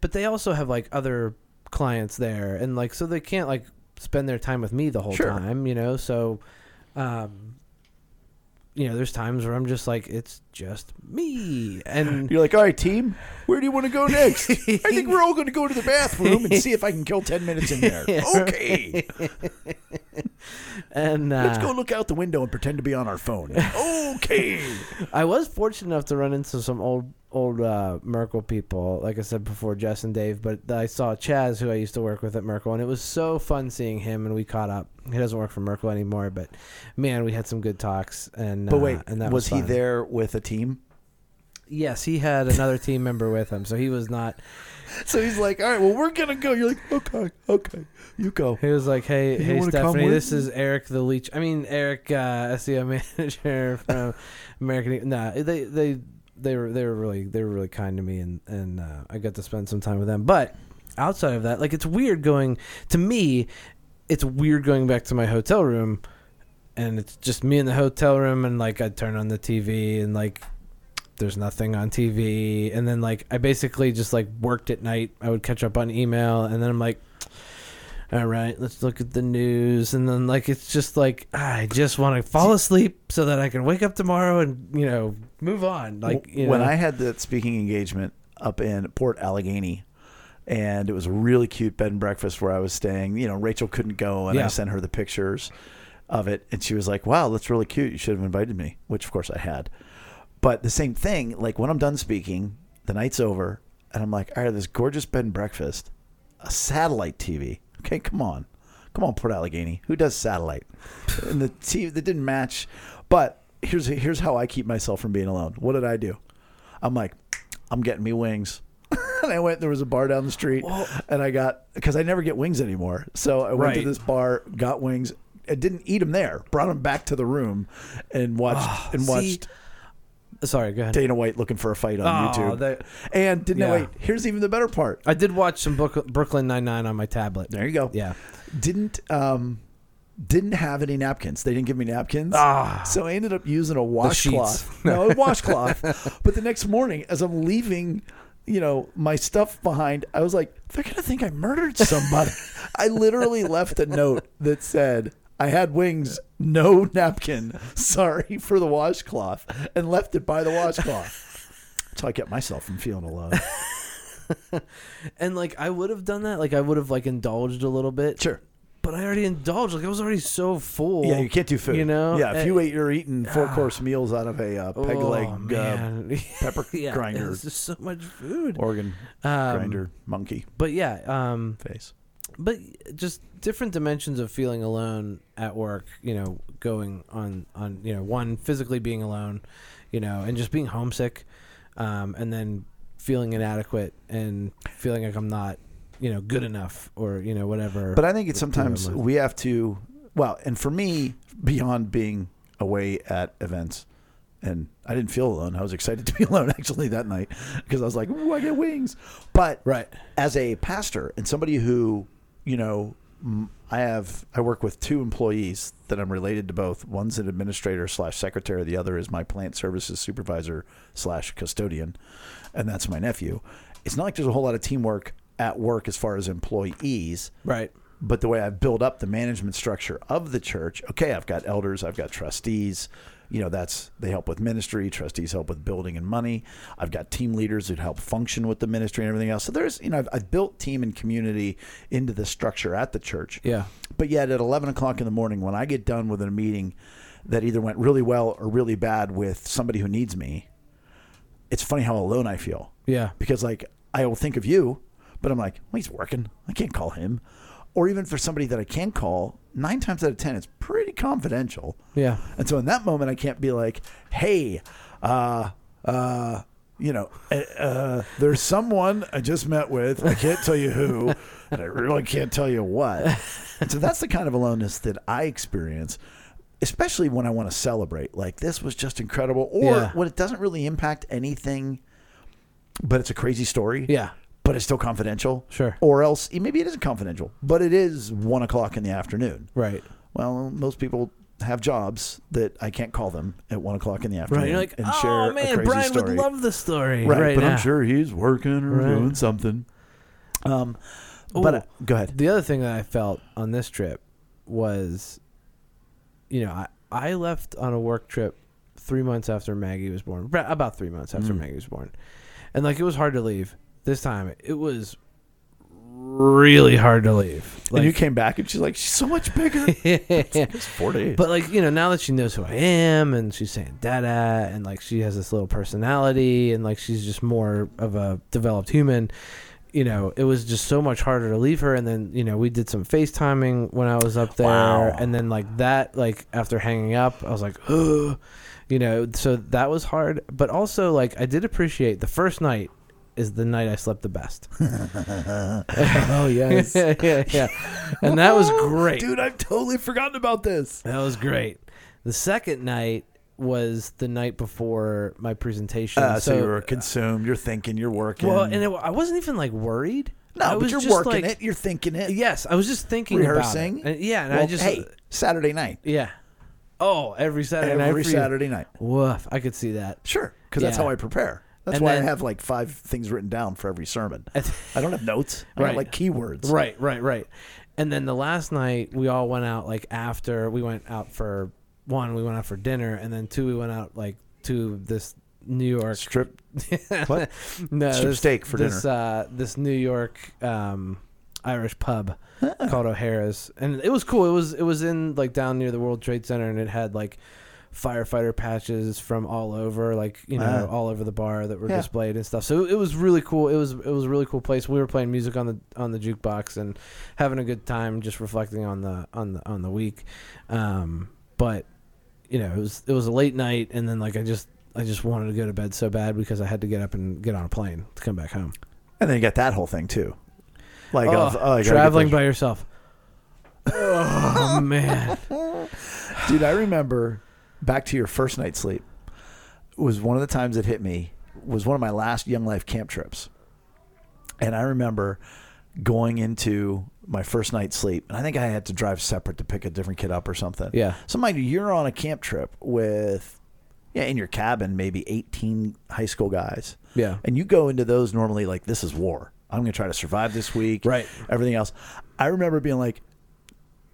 [SPEAKER 2] But they also have like other clients there, and like so they can't like spend their time with me the whole
[SPEAKER 1] Sure.
[SPEAKER 2] time, you know. So, um, you know, there's times where I'm just like, it's just me, and
[SPEAKER 1] You're like, all right, team, where do you want to go next? I think we're all going to go to the bathroom and see if I can kill 10 minutes in there.
[SPEAKER 2] Yeah,
[SPEAKER 1] Okay.
[SPEAKER 2] and uh,
[SPEAKER 1] Let's go look out the window and pretend to be on our phone. Okay.
[SPEAKER 2] I was fortunate enough to run into some old old uh, Merkle people, like I said before, Jess and Dave. But I saw Chaz, who I used to work with at Merkle, and it was so fun seeing him. And we caught up. He doesn't work for Merkle anymore, but man, we had some good talks. And
[SPEAKER 1] But
[SPEAKER 2] uh,
[SPEAKER 1] wait,
[SPEAKER 2] and that
[SPEAKER 1] was,
[SPEAKER 2] was,
[SPEAKER 1] he
[SPEAKER 2] fun.
[SPEAKER 1] there with a team?
[SPEAKER 2] Yes, he had another team member with him, so he was not.
[SPEAKER 1] So he's like, all right, well, we're going to go. You're like, okay, okay, you go.
[SPEAKER 2] He was like,
[SPEAKER 1] You
[SPEAKER 2] "Hey, hey,
[SPEAKER 1] wanna come
[SPEAKER 2] Stephanie,
[SPEAKER 1] with
[SPEAKER 2] this
[SPEAKER 1] me?"
[SPEAKER 2] is Eric the Leech. I mean, Eric, uh, SEO manager from American." E- Nah, they they they were they were really they were really kind to me, and and uh, I got to spend some time with them. But outside of that, like it's weird going to me. It's weird going back to my hotel room, and it's just me in the hotel room, and like I turn on the TV, and like there's nothing on TV, and then like I basically just like worked at night. I would catch up on email, and then I'm like all right, let's look at the news. And then, like, it's just like, I just want to fall asleep so that I can wake up tomorrow and, you know, move on. Like, you
[SPEAKER 1] when
[SPEAKER 2] know.
[SPEAKER 1] I had that speaking engagement up in Port Allegheny, and it was a really cute bed and breakfast where I was staying. You know, Rachel couldn't go, and I
[SPEAKER 2] Yeah.
[SPEAKER 1] sent her the pictures of it, and she was like, "Wow, that's really cute. You should have invited me," which of course I had. But the same thing, like when I'm done speaking, the night's over, and I'm like, "All right, this gorgeous bed and breakfast, a satellite TV. Okay, come on, come on, Port Allegheny. Who does satellite?" and the TV that didn't match, but. Here's, here's how I keep myself from being alone. What did I do? I'm like, I'm getting me wings. and I went, there was a bar down the street, and I got, because I never get wings anymore. So I went to
[SPEAKER 2] Right.
[SPEAKER 1] this bar, got wings, I didn't eat them there. Brought them back to the room and watched and
[SPEAKER 2] Ah, see,
[SPEAKER 1] watched
[SPEAKER 2] Sorry, go ahead.
[SPEAKER 1] Dana White looking for a fight on
[SPEAKER 2] Oh,
[SPEAKER 1] YouTube.
[SPEAKER 2] that-
[SPEAKER 1] and didn't
[SPEAKER 2] yeah.
[SPEAKER 1] wait. Here's even the better part.
[SPEAKER 2] I did watch some Brook- Brooklyn Nine Nine on my tablet.
[SPEAKER 1] There you go.
[SPEAKER 2] Yeah.
[SPEAKER 1] Didn't um didn't have any napkins. They didn't give me napkins.
[SPEAKER 2] Ah.
[SPEAKER 1] So I ended up using a
[SPEAKER 2] sheets.
[SPEAKER 1] washcloth. No, a washcloth. but the next morning, as I'm leaving, you know, my stuff behind, I was like, they're going to think I murdered somebody. I literally left a note that said, I had wings, no napkin. Sorry for the washcloth, and left it by the washcloth. So I kept myself from feeling alone.
[SPEAKER 2] And like I would have done that. Like I would have like indulged a little bit.
[SPEAKER 1] Sure.
[SPEAKER 2] But I already indulged. Like I was already so full.
[SPEAKER 1] Yeah, you can't do food.
[SPEAKER 2] You know.
[SPEAKER 1] Yeah, if
[SPEAKER 2] Eh, ah.
[SPEAKER 1] you ate, you're eating four course meals out of a uh, peg
[SPEAKER 2] oh,
[SPEAKER 1] leg uh,
[SPEAKER 2] man.
[SPEAKER 1] pepper
[SPEAKER 2] yeah,
[SPEAKER 1] grinder,
[SPEAKER 2] It's just so much food.
[SPEAKER 1] organ
[SPEAKER 2] Um,
[SPEAKER 1] grinder, monkey
[SPEAKER 2] But yeah. Um.
[SPEAKER 1] face.
[SPEAKER 2] But just different dimensions of feeling alone at work. You know, going on on you know one physically being alone, you know, and just being homesick, um, and then feeling inadequate and feeling like I'm not you know good enough or you know whatever.
[SPEAKER 1] But I think it's
[SPEAKER 2] the two of
[SPEAKER 1] sometimes
[SPEAKER 2] them.
[SPEAKER 1] we have to. Well, and for me, beyond being away at events, and I didn't feel alone. I was excited to be alone actually that night because I was like, "Ooh, I get wings." But
[SPEAKER 2] Right.
[SPEAKER 1] as a pastor and somebody who, you know, m- I have I work with two employees that I'm related to both. One's an administrator slash secretary. The other is my plant services supervisor slash custodian, and that's my nephew. It's not like there's a whole lot of teamwork at work as far as employees
[SPEAKER 2] Right.
[SPEAKER 1] but the way I've built up the management structure of the church, okay, I've got elders, I've got trustees. You know, that's they help with ministry, trustees help with building and money. I've got team leaders that help function with the ministry and everything else. So there's, you know, I've, I've built team and community into the structure at the church.
[SPEAKER 2] Yeah.
[SPEAKER 1] But yet at 11 o'clock in the morning, when I get done with a meeting that either went really well or really bad with somebody who needs me, it's funny how alone I feel
[SPEAKER 2] Yeah.
[SPEAKER 1] because like I will think of you, but I'm like, well, he's working. I can't call him. Or even for somebody that I can call, nine times out of ten, it's pretty confidential.
[SPEAKER 2] Yeah.
[SPEAKER 1] And so in that moment, I can't be like, hey, uh, uh, you know, uh, uh, there's someone I just met with. I can't tell you who, and I really can't tell you what. And so that's the kind of aloneness that I experience, especially when I want to celebrate. Like, this was just incredible. Or
[SPEAKER 2] Yeah.
[SPEAKER 1] when it doesn't really impact anything, but it's a crazy story
[SPEAKER 2] Yeah.
[SPEAKER 1] but it's still confidential.
[SPEAKER 2] Sure.
[SPEAKER 1] Or else maybe it isn't confidential, but it is one o'clock in the afternoon.
[SPEAKER 2] Right.
[SPEAKER 1] Well, most people have jobs that I can't call them at one o'clock in the afternoon
[SPEAKER 2] Right. You're like,
[SPEAKER 1] and share
[SPEAKER 2] oh
[SPEAKER 1] a
[SPEAKER 2] man,
[SPEAKER 1] crazy
[SPEAKER 2] Brian
[SPEAKER 1] story.
[SPEAKER 2] would love the story.
[SPEAKER 1] right, but
[SPEAKER 2] now."
[SPEAKER 1] I'm sure he's working or
[SPEAKER 2] Right.
[SPEAKER 1] doing something. Um, but
[SPEAKER 2] Ooh.
[SPEAKER 1] uh, go ahead.
[SPEAKER 2] The other thing that I felt on this trip was, you know, I, I left on a work trip three months after Maggie was born, Bra- about three months after
[SPEAKER 1] Mm.
[SPEAKER 2] Maggie was born, and like it was hard to leave. This time it was really hard to leave.
[SPEAKER 1] and you
[SPEAKER 2] Like,
[SPEAKER 1] came back, and she's like, "She's so much bigger." it's four days.
[SPEAKER 2] But like you know, now that she knows who I am, and she's saying "dada," and like she has this little personality, and like she's just more of a developed human. You know, it was just so much harder to leave her, and then you know we did some FaceTiming when I was up there,
[SPEAKER 1] Wow.
[SPEAKER 2] and then like that, like after hanging up, I was like, oh, you know, so that was hard. But also like I did appreciate the first night is the night I slept the best.
[SPEAKER 1] oh yes,
[SPEAKER 2] yeah, yeah, yeah, and that was great.
[SPEAKER 1] dude. I've totally forgotten about this.
[SPEAKER 2] That was great. The second night was the night before my presentation.
[SPEAKER 1] Uh, so, you were consumed. You're thinking. You're working.
[SPEAKER 2] well, and it, I wasn't even like worried.
[SPEAKER 1] no,
[SPEAKER 2] I
[SPEAKER 1] but
[SPEAKER 2] was
[SPEAKER 1] you're
[SPEAKER 2] just,
[SPEAKER 1] working
[SPEAKER 2] like-
[SPEAKER 1] it. You're thinking it.
[SPEAKER 2] Yes, I was just thinking
[SPEAKER 1] Rehearsing?
[SPEAKER 2] about it. And- yeah, and I
[SPEAKER 1] Well,
[SPEAKER 2] just
[SPEAKER 1] hey, Saturday night.
[SPEAKER 2] yeah. Oh, every Saturday night.
[SPEAKER 1] every
[SPEAKER 2] for you.
[SPEAKER 1] Saturday night.
[SPEAKER 2] Woof! I could see that.
[SPEAKER 1] Sure, because that's
[SPEAKER 2] Yeah.
[SPEAKER 1] how I prepare. That's
[SPEAKER 2] And
[SPEAKER 1] why
[SPEAKER 2] then-
[SPEAKER 1] I have like five things written down for every sermon. I don't have notes. I
[SPEAKER 2] Right.
[SPEAKER 1] have like keywords.
[SPEAKER 2] Right, right, right. And then the last night we all went out like after we went out for one, we went out for dinner, and then two, we went out like to this New York
[SPEAKER 1] Strip.
[SPEAKER 2] what? no,
[SPEAKER 1] Strip
[SPEAKER 2] this,
[SPEAKER 1] steak for
[SPEAKER 2] this, Uh, this New York um, Irish pub
[SPEAKER 1] Ah.
[SPEAKER 2] called O'Hara's, and it was cool. It was it was in like down near the World Trade Center, and it had like firefighter patches from all over, like you know,
[SPEAKER 1] Wow.
[SPEAKER 2] all over the bar that were
[SPEAKER 1] Yeah.
[SPEAKER 2] displayed and stuff. So it was really cool. It was it was a really cool place. We were playing music on the on the jukebox and having a good time, just reflecting on the on the on the week. Um, but you know, it was it was a late night, and then like I just I just wanted to go to bed so bad because I had to get up and get on a plane to come back home.
[SPEAKER 1] And then you got that whole thing too. Like
[SPEAKER 2] Oh,
[SPEAKER 1] of, oh, I gotta get
[SPEAKER 2] traveling
[SPEAKER 1] those-
[SPEAKER 2] by yourself. Oh man.
[SPEAKER 1] Dude, I remember back to your first night's sleep was one of the times it hit me was one of my last Young Life camp trips. And I remember going into my first night's sleep, and I think I had to drive separate to pick a different kid up or something.
[SPEAKER 2] Yeah.
[SPEAKER 1] So mind you, you're on a camp trip with yeah, in your cabin, maybe 18 high school guys.
[SPEAKER 2] Yeah.
[SPEAKER 1] And you go into those normally like this is war. I'm going to try to survive this week.
[SPEAKER 2] Right.
[SPEAKER 1] Everything else. I remember being like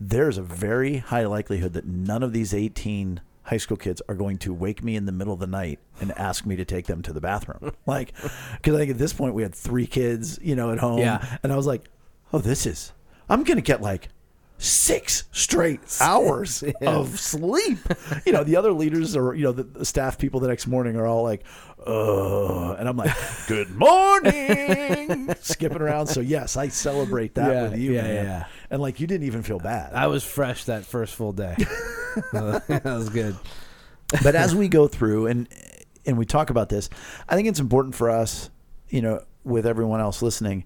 [SPEAKER 1] there's a very high likelihood that none of these 18 high school kids are going to wake me in the middle of the night and ask me to take them to the bathroom. Like, because I think at this point we had three kids, you know, at home.
[SPEAKER 2] Yeah.
[SPEAKER 1] And I was like, oh, this is, I'm going to get like six straight hours of sleep. You know, the other leaders or, you know, the, the staff people the next morning are all like, oh, and I'm like, good morning, skipping around. So, yes, I celebrate that
[SPEAKER 2] Yeah,
[SPEAKER 1] with you,
[SPEAKER 2] yeah,
[SPEAKER 1] man.
[SPEAKER 2] yeah.
[SPEAKER 1] And like, you didn't even feel bad.
[SPEAKER 2] I was fresh that first full day. that was good.
[SPEAKER 1] but as we go through and and we talk about this, I think it's important for us, you know, with everyone else listening,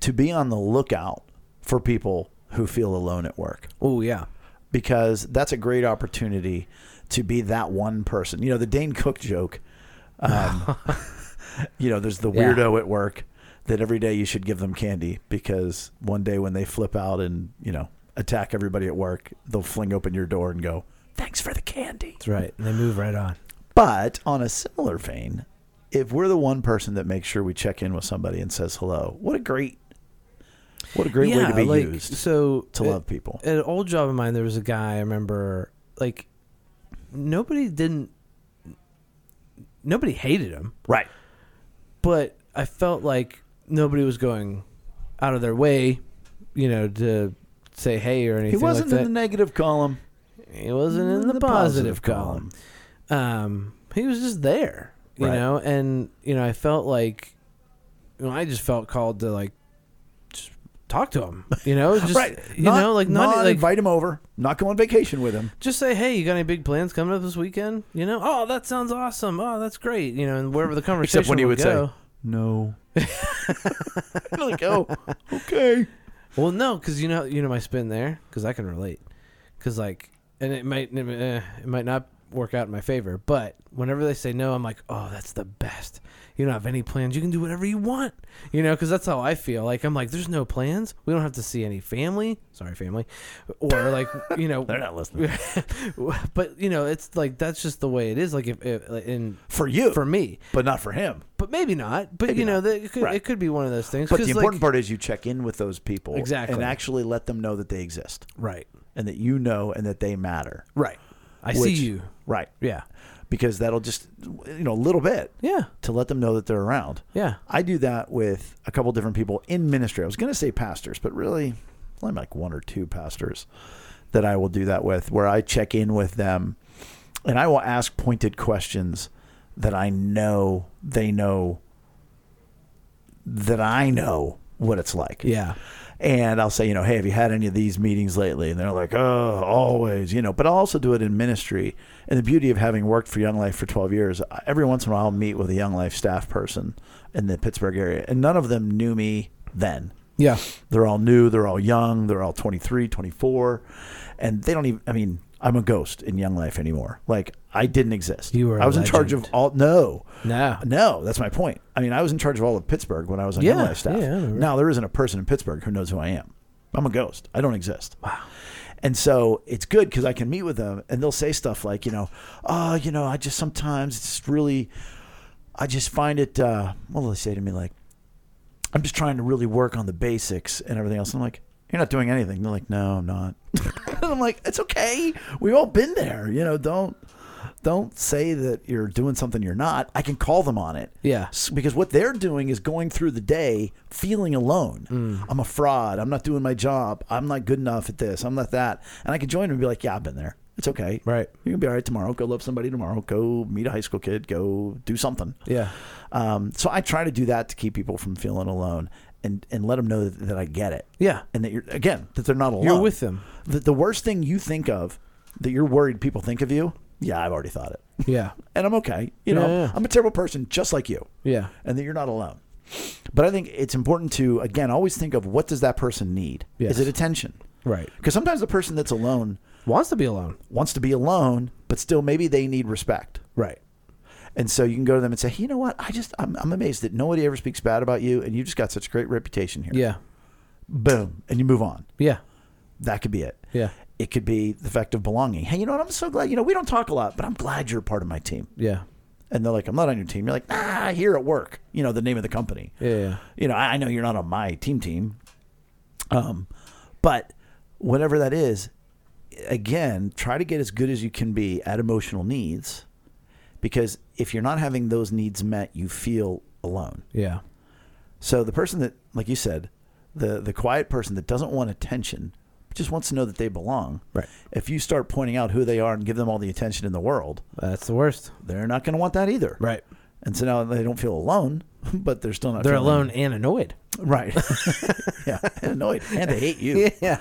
[SPEAKER 1] to be on the lookout for people who feel alone at work
[SPEAKER 2] Oh yeah.
[SPEAKER 1] because that's a great opportunity to be that one person. You know, the Dane Cook joke. Um, you know, there's the
[SPEAKER 2] Yeah.
[SPEAKER 1] weirdo at work that every day you should give them candy because one day when they flip out and you know attack everybody at work, they'll fling open your door and go, "Thanks for the candy."
[SPEAKER 2] That's right. And they move right on.
[SPEAKER 1] But on a similar vein, if we're the one person that makes sure we check in with somebody and says hello, what a great, what a great way to be
[SPEAKER 2] like,
[SPEAKER 1] used
[SPEAKER 2] So
[SPEAKER 1] to love people.
[SPEAKER 2] At an old job of mine, there was a guy I remember. Like nobody didn't. Nobody hated him,
[SPEAKER 1] Right.
[SPEAKER 2] but I felt like nobody was going out of their way, you know, to say hey or anything.
[SPEAKER 1] He wasn't
[SPEAKER 2] like
[SPEAKER 1] in the negative column.
[SPEAKER 2] that. he wasn't in the, positive, column. um, he was just there, you
[SPEAKER 1] Right.
[SPEAKER 2] know, and you know, I felt like, you know, I just felt called to like just talk to him, you know, just
[SPEAKER 1] right.
[SPEAKER 2] you
[SPEAKER 1] Not-
[SPEAKER 2] know, like not,
[SPEAKER 1] not
[SPEAKER 2] like
[SPEAKER 1] invite him over. Not go on vacation with him.
[SPEAKER 2] just say, hey, you got any big plans coming up this weekend? You know, oh, that sounds awesome. Oh, that's great. You know, and wherever the conversation
[SPEAKER 1] when he would say,
[SPEAKER 2] go.
[SPEAKER 1] No. like, oh, okay.
[SPEAKER 2] Well, no, because you know, you know my spin there, because I can relate. Because like, and it might, eh, it might not work out in my favor, but whenever they say no, I'm like, oh, that's the best. You don't have any plans. You can do whatever you want. You know, because that's how I feel. Like I'm like, there's no plans. We don't have to see any family. Sorry, family, or like, you know,
[SPEAKER 1] They're not listening.
[SPEAKER 2] but you know, it's like that's just the way it is. Like if, if like, in
[SPEAKER 1] For you,
[SPEAKER 2] for me,
[SPEAKER 1] but not for him.
[SPEAKER 2] but maybe not. But
[SPEAKER 1] Maybe
[SPEAKER 2] you know,
[SPEAKER 1] not.
[SPEAKER 2] that it, could,
[SPEAKER 1] Right.
[SPEAKER 2] it could be one of those things.
[SPEAKER 1] But
[SPEAKER 2] 'cause,
[SPEAKER 1] the
[SPEAKER 2] like-
[SPEAKER 1] important part is you check in with those people
[SPEAKER 2] Exactly.
[SPEAKER 1] and actually let them know that they exist
[SPEAKER 2] right,
[SPEAKER 1] and that you know and that they matter.
[SPEAKER 2] right. I
[SPEAKER 1] Which-
[SPEAKER 2] see you.
[SPEAKER 1] Right.
[SPEAKER 2] Yeah.
[SPEAKER 1] Because that'll just, you know, a little bit
[SPEAKER 2] Yeah.
[SPEAKER 1] to let them know that they're around.
[SPEAKER 2] Yeah.
[SPEAKER 1] I do that with a couple different people in ministry. I was going to say pastors, but really, it's only like one or two pastors that I will do that with, where I check in with them and I will ask pointed questions that I know they know that I know what it's like.
[SPEAKER 2] Yeah.
[SPEAKER 1] And I'll say, you know, hey, have you had any of these meetings lately? And they're like, oh, always, you know. But I'll also do it in ministry. And the beauty of having worked for Young Life for 12 years, I- every once in a while I'll meet with a Young Life staff person in the Pittsburgh area. And none of them knew me then.
[SPEAKER 2] Yeah.
[SPEAKER 1] They're all new, they're all young, they're all 23, 24. And they don't even, I mean, I'm a ghost in Young Life anymore. Like, I didn't exist.
[SPEAKER 2] You were a
[SPEAKER 1] I was in charge of
[SPEAKER 2] legend.
[SPEAKER 1] all, no.
[SPEAKER 2] No.
[SPEAKER 1] No, that's my point. I mean, I was in charge of all of Pittsburgh when I was on
[SPEAKER 2] Yeah,
[SPEAKER 1] Young Life staff.
[SPEAKER 2] yeah, I remember.
[SPEAKER 1] now there isn't a person in Pittsburgh who knows who I am. I'm a ghost. I don't exist. Wow. And so it's good because I can meet with them and they'll say stuff like, you know, oh, you know, I just sometimes it's really, I just find it. Uh, what will they say to me? Like, I'm just trying to really work on the basics and everything else. I'm like, you're not doing anything. They're like, no, I'm not. and I'm like, it's okay. We've all been there. You know, don't don't say that you're doing something you're not. I can call them on it.
[SPEAKER 2] Yeah.
[SPEAKER 1] S- Because what they're doing is going through the day feeling alone.
[SPEAKER 2] Mm.
[SPEAKER 1] I'm a fraud. I'm not doing my job. I'm not good enough at this. I'm not that. And I can join them and be like, yeah, I've been there. It's okay.
[SPEAKER 2] Right.
[SPEAKER 1] You're going to be all right tomorrow. Go love somebody tomorrow. Go meet a high school kid. Go do something.
[SPEAKER 2] Yeah.
[SPEAKER 1] Um, so I try to do that to keep people from feeling alone and, and let them know that, that I get it.
[SPEAKER 2] Yeah.
[SPEAKER 1] And that you're, again, that they're not alone.
[SPEAKER 2] You're with them.
[SPEAKER 1] The, the worst thing you think of that you're worried people think of you, yeah, I've already thought it.
[SPEAKER 2] Yeah.
[SPEAKER 1] And I'm okay. You
[SPEAKER 2] Yeah,
[SPEAKER 1] know,
[SPEAKER 2] yeah.
[SPEAKER 1] I'm a terrible person just like you
[SPEAKER 2] Yeah.
[SPEAKER 1] and that you're not alone. But I think it's important to, again, always think of what does that person need?
[SPEAKER 2] Yes.
[SPEAKER 1] Is it attention?
[SPEAKER 2] Right.
[SPEAKER 1] Because sometimes the person that's alone
[SPEAKER 2] Wants to be alone.
[SPEAKER 1] wants to be alone, but still maybe they need respect.
[SPEAKER 2] Right.
[SPEAKER 1] And so you can go to them and say, you know what? I just, I'm, I'm amazed that nobody ever speaks bad about you and you just got such a great reputation here.
[SPEAKER 2] Yeah.
[SPEAKER 1] Boom. And you move on.
[SPEAKER 2] Yeah.
[SPEAKER 1] That could be it.
[SPEAKER 2] Yeah.
[SPEAKER 1] It could be the fact of belonging. Hey, you know what? I'm so glad, you know, we don't talk a lot, but I'm glad you're a part of my team.
[SPEAKER 2] Yeah.
[SPEAKER 1] And they're like, I'm not on your team. You're like, ah, here at work, you know, the name of the company.
[SPEAKER 2] Yeah. yeah.
[SPEAKER 1] You know, I, I know you're not on my team team. Um, but whatever that is, again, try to get as good as you can be at emotional needs because if you're not having those needs met, you feel alone.
[SPEAKER 2] Yeah.
[SPEAKER 1] So the person that, like you said, the the quiet person that doesn't want attention, just wants to know that they belong.
[SPEAKER 2] Right.
[SPEAKER 1] If you start pointing out who they are and give them all the attention in the world,
[SPEAKER 2] That's the worst.
[SPEAKER 1] they're not going to want that either.
[SPEAKER 2] Right.
[SPEAKER 1] And so now they don't feel alone, but they're still not.
[SPEAKER 2] They're
[SPEAKER 1] feeling-
[SPEAKER 2] alone and annoyed.
[SPEAKER 1] Right. yeah. And annoyed, and they hate you,
[SPEAKER 2] Yeah.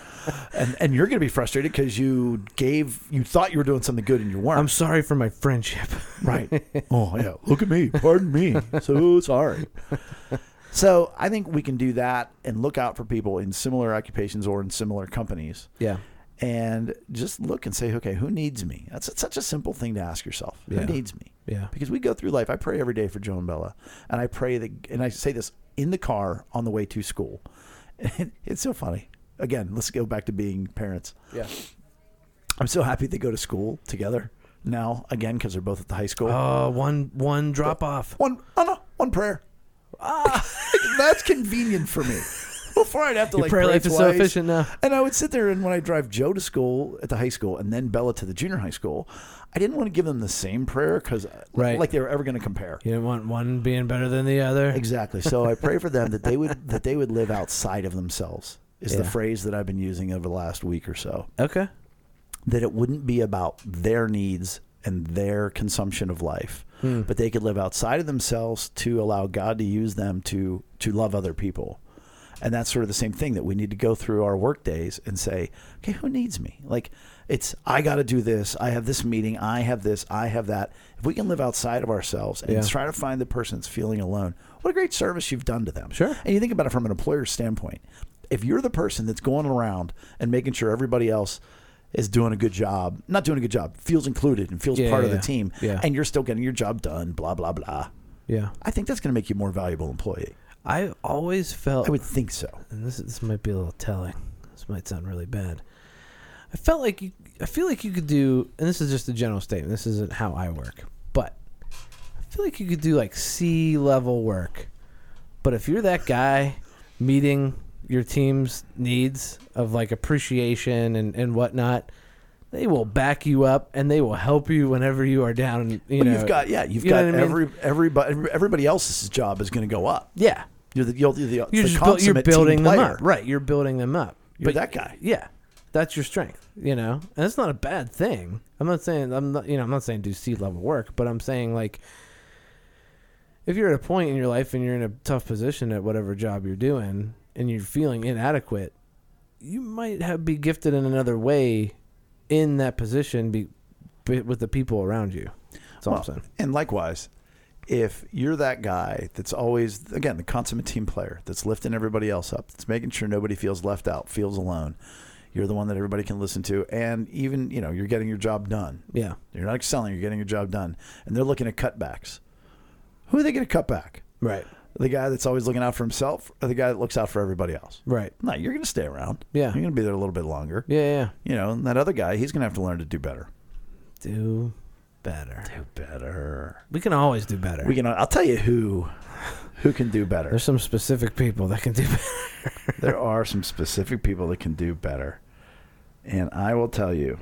[SPEAKER 1] and and you're going to be frustrated because you gave you thought you were doing something good and you weren't.
[SPEAKER 2] I'm sorry for my friendship.
[SPEAKER 1] Right. oh yeah. Look at me. Pardon me. So sorry. So I think we can do that and look out for people in similar occupations or in similar companies,
[SPEAKER 2] Yeah.
[SPEAKER 1] and just look and say, okay, who needs me? That's it's such a simple thing to ask yourself.
[SPEAKER 2] Yeah.
[SPEAKER 1] Who needs me?
[SPEAKER 2] Yeah.
[SPEAKER 1] Because we go through life. I pray every day for Joan Bella, and I pray that, and I say this in the car on the way to school. it's so funny. Again, let's go back to being parents.
[SPEAKER 2] Yeah.
[SPEAKER 1] I'm so happy they go to school together now again because they're both at the high school.
[SPEAKER 2] Oh, one one drop off.
[SPEAKER 1] One, oh no, one prayer. that's convenient for me. Ah. Before I'd have to
[SPEAKER 2] Your
[SPEAKER 1] like
[SPEAKER 2] prayer
[SPEAKER 1] pray
[SPEAKER 2] life is so
[SPEAKER 1] twice.
[SPEAKER 2] efficient now.
[SPEAKER 1] And I would sit there, and when I drive Joe to school at the high school, and then Bella to the junior high school, I didn't want to give them the same prayer because,
[SPEAKER 2] Right.
[SPEAKER 1] like they were ever going to compare.
[SPEAKER 2] You didn't want one being better than the other.
[SPEAKER 1] Exactly. So I pray for them that they would that they would live outside of themselves. Is the
[SPEAKER 2] Yeah.
[SPEAKER 1] phrase that I've been using over the last week or so.
[SPEAKER 2] Okay.
[SPEAKER 1] That it wouldn't be about their needs and their consumption of life, but they could live outside of themselves to allow God to use them to to love other people. And that's sort of the same thing that we need to go through our work days and say, okay, who needs me? Like it's I got to do this. I have this meeting. I have this. I have that. If we can live outside of ourselves and
[SPEAKER 2] Yeah.
[SPEAKER 1] try to find the person that's feeling alone, what a great service you've done to them.
[SPEAKER 2] Sure.
[SPEAKER 1] And you think about it from an employer's standpoint. If you're the person that's going around and making sure everybody else is doing a good job, not doing a good job, feels included and feels
[SPEAKER 2] Yeah,
[SPEAKER 1] part of
[SPEAKER 2] yeah,
[SPEAKER 1] the team,
[SPEAKER 2] yeah.
[SPEAKER 1] and you're still getting your job done, blah, blah, blah,
[SPEAKER 2] Yeah.
[SPEAKER 1] I think that's going to make you a more valuable employee.
[SPEAKER 2] I always felt
[SPEAKER 1] I would think so.
[SPEAKER 2] and this this might be a little telling. This might sound really bad. I felt like you, I feel like you could do, and this is just a general statement. This isn't how I work, but I feel like you could do like C level work. But if you're that guy meeting your team's needs of like appreciation and and whatnot, they will back you up and they will help you whenever you are down. You
[SPEAKER 1] You
[SPEAKER 2] know,
[SPEAKER 1] have got yeah, you've
[SPEAKER 2] you know
[SPEAKER 1] got
[SPEAKER 2] what I mean?
[SPEAKER 1] every everybody everybody else's job is going to go up.
[SPEAKER 2] yeah.
[SPEAKER 1] You're the you're the, you're
[SPEAKER 2] You're
[SPEAKER 1] the
[SPEAKER 2] just buil- you're
[SPEAKER 1] consummate team
[SPEAKER 2] building them
[SPEAKER 1] player.
[SPEAKER 2] up, right? You're building them up.
[SPEAKER 1] You're
[SPEAKER 2] But
[SPEAKER 1] that guy.
[SPEAKER 2] yeah that's your strength you know and that's not a bad thing i'm not saying i'm not you know i'm not saying do c level work but i'm saying like if you're at a point in your life and you're in a tough position at whatever job you're doing and you're feeling inadequate you might have be gifted in another way in that position be, be with the people around you that's all i'm
[SPEAKER 1] Well,
[SPEAKER 2] saying
[SPEAKER 1] And likewise, if you're that guy that's always, again, the consummate team player that's lifting everybody else up, that's making sure nobody feels left out, feels alone, you're the one that everybody can listen to. And even, you know, you're getting your job done.
[SPEAKER 2] yeah
[SPEAKER 1] You're not excelling, you're getting your job done. And they're looking at cutbacks. Who are they going to cut back?
[SPEAKER 2] right
[SPEAKER 1] The guy that's always looking out for himself or the guy that looks out for everybody else?
[SPEAKER 2] right
[SPEAKER 1] No, you're going to stay around.
[SPEAKER 2] Yeah.
[SPEAKER 1] You're going to be there a little bit longer.
[SPEAKER 2] yeah yeah
[SPEAKER 1] You know, and that other guy, he's going to have to learn to do better.
[SPEAKER 2] do better
[SPEAKER 1] Do better.
[SPEAKER 2] we can always do better
[SPEAKER 1] We can. I'll tell you who who can do better.
[SPEAKER 2] there's some specific people that can do better
[SPEAKER 1] there are some specific people that can do better, and I will tell you,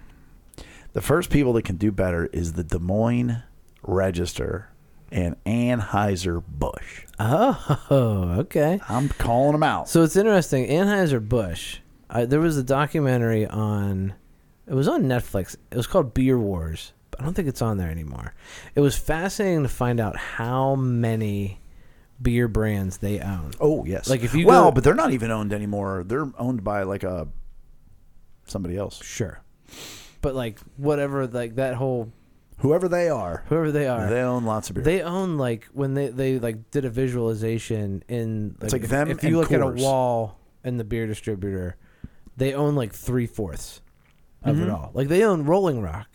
[SPEAKER 1] the first people that can do better is the Des Moines Register and Anheuser Busch.
[SPEAKER 2] Oh, okay.
[SPEAKER 1] I'm calling them out.
[SPEAKER 2] So it's interesting. Anheuser Busch. Uh, there was a documentary on. It was on Netflix. It was called Beer Wars. But I don't think it's on there anymore. It was fascinating to find out how many beer brands they own.
[SPEAKER 1] oh yes.
[SPEAKER 2] Like, if you
[SPEAKER 1] well,
[SPEAKER 2] go-
[SPEAKER 1] but they're not even owned anymore. They're owned by like a somebody else,
[SPEAKER 2] Sure, but like whatever, like that whole
[SPEAKER 1] whoever they are.
[SPEAKER 2] whoever they are,
[SPEAKER 1] They own lots of beer.
[SPEAKER 2] They own like when they they like did a visualization in
[SPEAKER 1] It's like
[SPEAKER 2] if,
[SPEAKER 1] them
[SPEAKER 2] if you
[SPEAKER 1] and
[SPEAKER 2] look at a
[SPEAKER 1] Coors.
[SPEAKER 2] wall in the beer distributor, they own like three fourths of
[SPEAKER 1] Mm-hmm.
[SPEAKER 2] it all. Like they own Rolling Rock,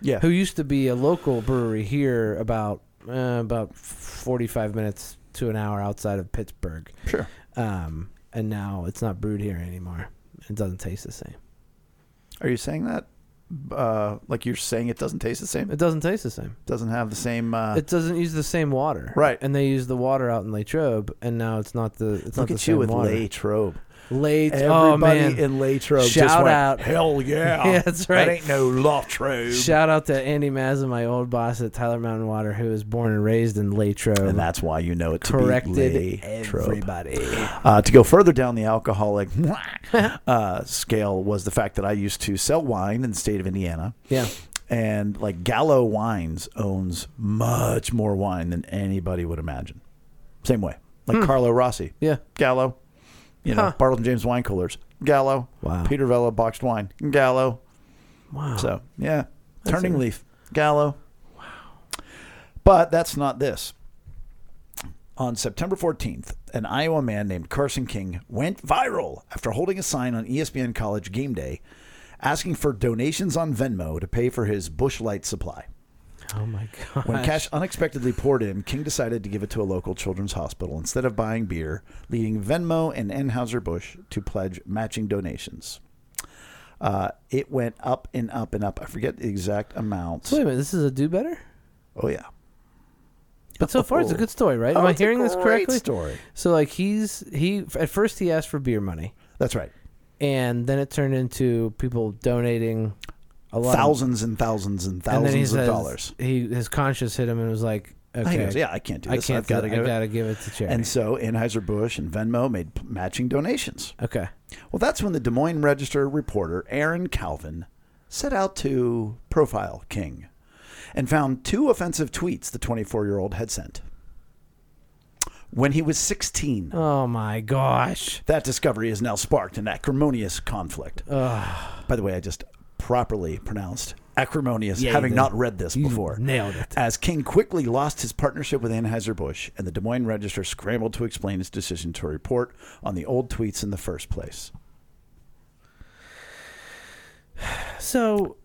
[SPEAKER 1] Yeah.
[SPEAKER 2] who used to be a local brewery here, about uh, about forty five minutes to an hour outside of Pittsburgh,
[SPEAKER 1] sure.
[SPEAKER 2] um, and now it's not brewed here anymore. It doesn't taste the same.
[SPEAKER 1] Are you saying that? Uh, like you're saying it doesn't taste the same? It
[SPEAKER 2] It doesn't taste the same.
[SPEAKER 1] doesn't have the same. Uh,
[SPEAKER 2] it doesn't use the same water,
[SPEAKER 1] Right.
[SPEAKER 2] And they use the water out in Latrobe, and now it's not the it's not
[SPEAKER 1] look
[SPEAKER 2] the
[SPEAKER 1] at you
[SPEAKER 2] same
[SPEAKER 1] with
[SPEAKER 2] water.
[SPEAKER 1] Latrobe.
[SPEAKER 2] Late, oh man,
[SPEAKER 1] Everybody in Latrobe just
[SPEAKER 2] Shout
[SPEAKER 1] went,
[SPEAKER 2] out.
[SPEAKER 1] hell yeah.
[SPEAKER 2] Yeah, that's
[SPEAKER 1] That
[SPEAKER 2] right.
[SPEAKER 1] ain't no Latrobe.
[SPEAKER 2] shout out to Andy Mazza, my old boss at Tyler Mountain Water, who was born and raised in Latrobe.
[SPEAKER 1] and that's why you know it to be
[SPEAKER 2] corrected
[SPEAKER 1] Latrobe.
[SPEAKER 2] everybody.
[SPEAKER 1] Uh, to go further down the alcoholic uh, scale was the fact that I used to sell wine in the state of Indiana.
[SPEAKER 2] Yeah,
[SPEAKER 1] And like Gallo Wines owns much more wine than anybody would imagine. Same way.
[SPEAKER 2] Hmm.
[SPEAKER 1] Like Carlo Rossi,
[SPEAKER 2] yeah.
[SPEAKER 1] Gallo, you know,
[SPEAKER 2] Huh.
[SPEAKER 1] Bartleton James wine coolers, Gallo,
[SPEAKER 2] Wow.
[SPEAKER 1] Peter Vella boxed wine, Gallo.
[SPEAKER 2] Wow.
[SPEAKER 1] So, yeah.
[SPEAKER 2] That's
[SPEAKER 1] Turning
[SPEAKER 2] it.
[SPEAKER 1] Leaf, Gallo. Wow. But that's not this. On September 14th, an Iowa man named Carson King went viral after holding a sign on E ESPN College game day asking for donations on Venmo to pay for his Bush Light supply.
[SPEAKER 2] oh my god.
[SPEAKER 1] When cash unexpectedly poured in, King decided to give it to a local children's hospital instead of buying beer, leading Venmo and Anheuser-Busch to pledge matching donations. Uh, it went up and up and up. I forget the exact amount.
[SPEAKER 2] Wait a minute, this is a do better.
[SPEAKER 1] Oh, yeah.
[SPEAKER 2] But so far, it's a
[SPEAKER 1] Oh.
[SPEAKER 2] good story, right? Am
[SPEAKER 1] Oh,
[SPEAKER 2] I
[SPEAKER 1] it's a
[SPEAKER 2] hearing this
[SPEAKER 1] great
[SPEAKER 2] correctly?
[SPEAKER 1] story.
[SPEAKER 2] So like he's he at first he asked for beer money,
[SPEAKER 1] That's right.
[SPEAKER 2] and then it turned into people donating a lot. of
[SPEAKER 1] Thousands and thousands and thousands
[SPEAKER 2] and then he
[SPEAKER 1] of
[SPEAKER 2] says,
[SPEAKER 1] dollars.
[SPEAKER 2] He his conscience hit him and was like,
[SPEAKER 1] And
[SPEAKER 2] "Okay,
[SPEAKER 1] He goes, yeah, I can't do
[SPEAKER 2] I
[SPEAKER 1] this.
[SPEAKER 2] can't.
[SPEAKER 1] I've got to
[SPEAKER 2] do-
[SPEAKER 1] give
[SPEAKER 2] I
[SPEAKER 1] it.
[SPEAKER 2] gotta give it to charity."
[SPEAKER 1] And so Anheuser-Busch and Venmo made p- matching donations.
[SPEAKER 2] okay,
[SPEAKER 1] Well, that's when the Des Moines Register reporter Aaron Calvin set out to profile King and found two offensive tweets the 24 year old had sent. When he was 16,
[SPEAKER 2] oh my gosh,
[SPEAKER 1] that discovery has now sparked an acrimonious conflict. By the way, I just properly pronounced acrimonious,
[SPEAKER 2] Yeah, you
[SPEAKER 1] having
[SPEAKER 2] did.
[SPEAKER 1] not read this before.
[SPEAKER 2] nailed it.
[SPEAKER 1] As King quickly lost his partnership with Anheuser-Busch, and the Des Moines Register scrambled to explain its decision to report on the old tweets in the first place.
[SPEAKER 2] So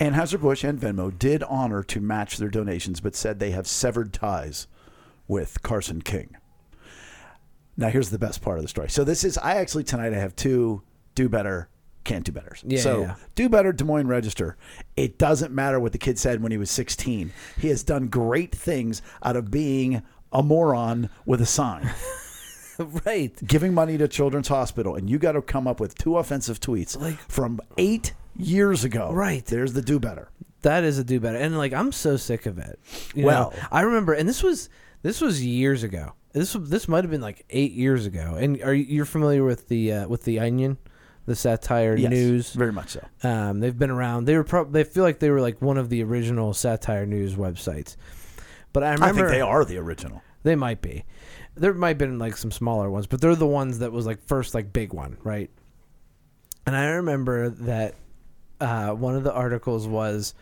[SPEAKER 1] Anheuser-Busch and Venmo did honor to match their donations, but said they have severed ties with Carson King. Now, here's the best part of the story. So this is, I actually, tonight I have two do better, can't do betters.
[SPEAKER 2] Yeah,
[SPEAKER 1] so
[SPEAKER 2] yeah.
[SPEAKER 1] do better, Des Moines Register. It doesn't matter what the kid said when he was 16. He has done great things out of being a moron with a sign,
[SPEAKER 2] right,
[SPEAKER 1] giving money to Children's Hospital. And you got to come up with two offensive tweets
[SPEAKER 2] Like-
[SPEAKER 1] from eight years ago.
[SPEAKER 2] Right.
[SPEAKER 1] There's the do better.
[SPEAKER 2] that is a do better. And like I'm so sick of it. You
[SPEAKER 1] Well-
[SPEAKER 2] know, I remember, and this was this was years ago. This this might have been like eight years ago. And are you you're familiar with the uh, with the Onion, the satire
[SPEAKER 1] Yes,
[SPEAKER 2] news?
[SPEAKER 1] Very much so.
[SPEAKER 2] Um, they've been around. They were prob they feel like they were like one of the original satire news websites. But I remember
[SPEAKER 1] I think they are the original.
[SPEAKER 2] They might be. There might have been like some smaller ones, but they're the ones that was like first like big one, right? And I remember that uh, one of the articles was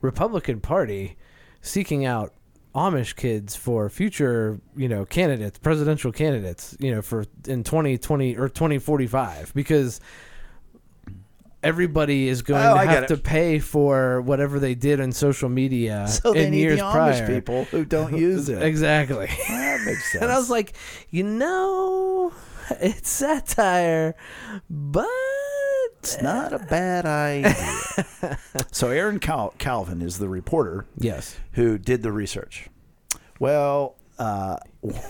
[SPEAKER 2] Republican Party seeking out Amish kids for future, you know, candidates, presidential candidates, you know, for in 2020 or 2045 because everybody is going
[SPEAKER 1] Oh,
[SPEAKER 2] to
[SPEAKER 1] I get
[SPEAKER 2] have
[SPEAKER 1] it.
[SPEAKER 2] to pay for whatever they did on social media
[SPEAKER 1] So they
[SPEAKER 2] in
[SPEAKER 1] need
[SPEAKER 2] years
[SPEAKER 1] the Amish
[SPEAKER 2] prior.
[SPEAKER 1] people who don't use it.
[SPEAKER 2] Exactly.
[SPEAKER 1] That makes sense.
[SPEAKER 2] And I was like, you know, it's satire, but
[SPEAKER 1] it's not a bad idea. so Aaron Cal- Calvin is the reporter
[SPEAKER 2] yes,
[SPEAKER 1] who did the research. Well, uh,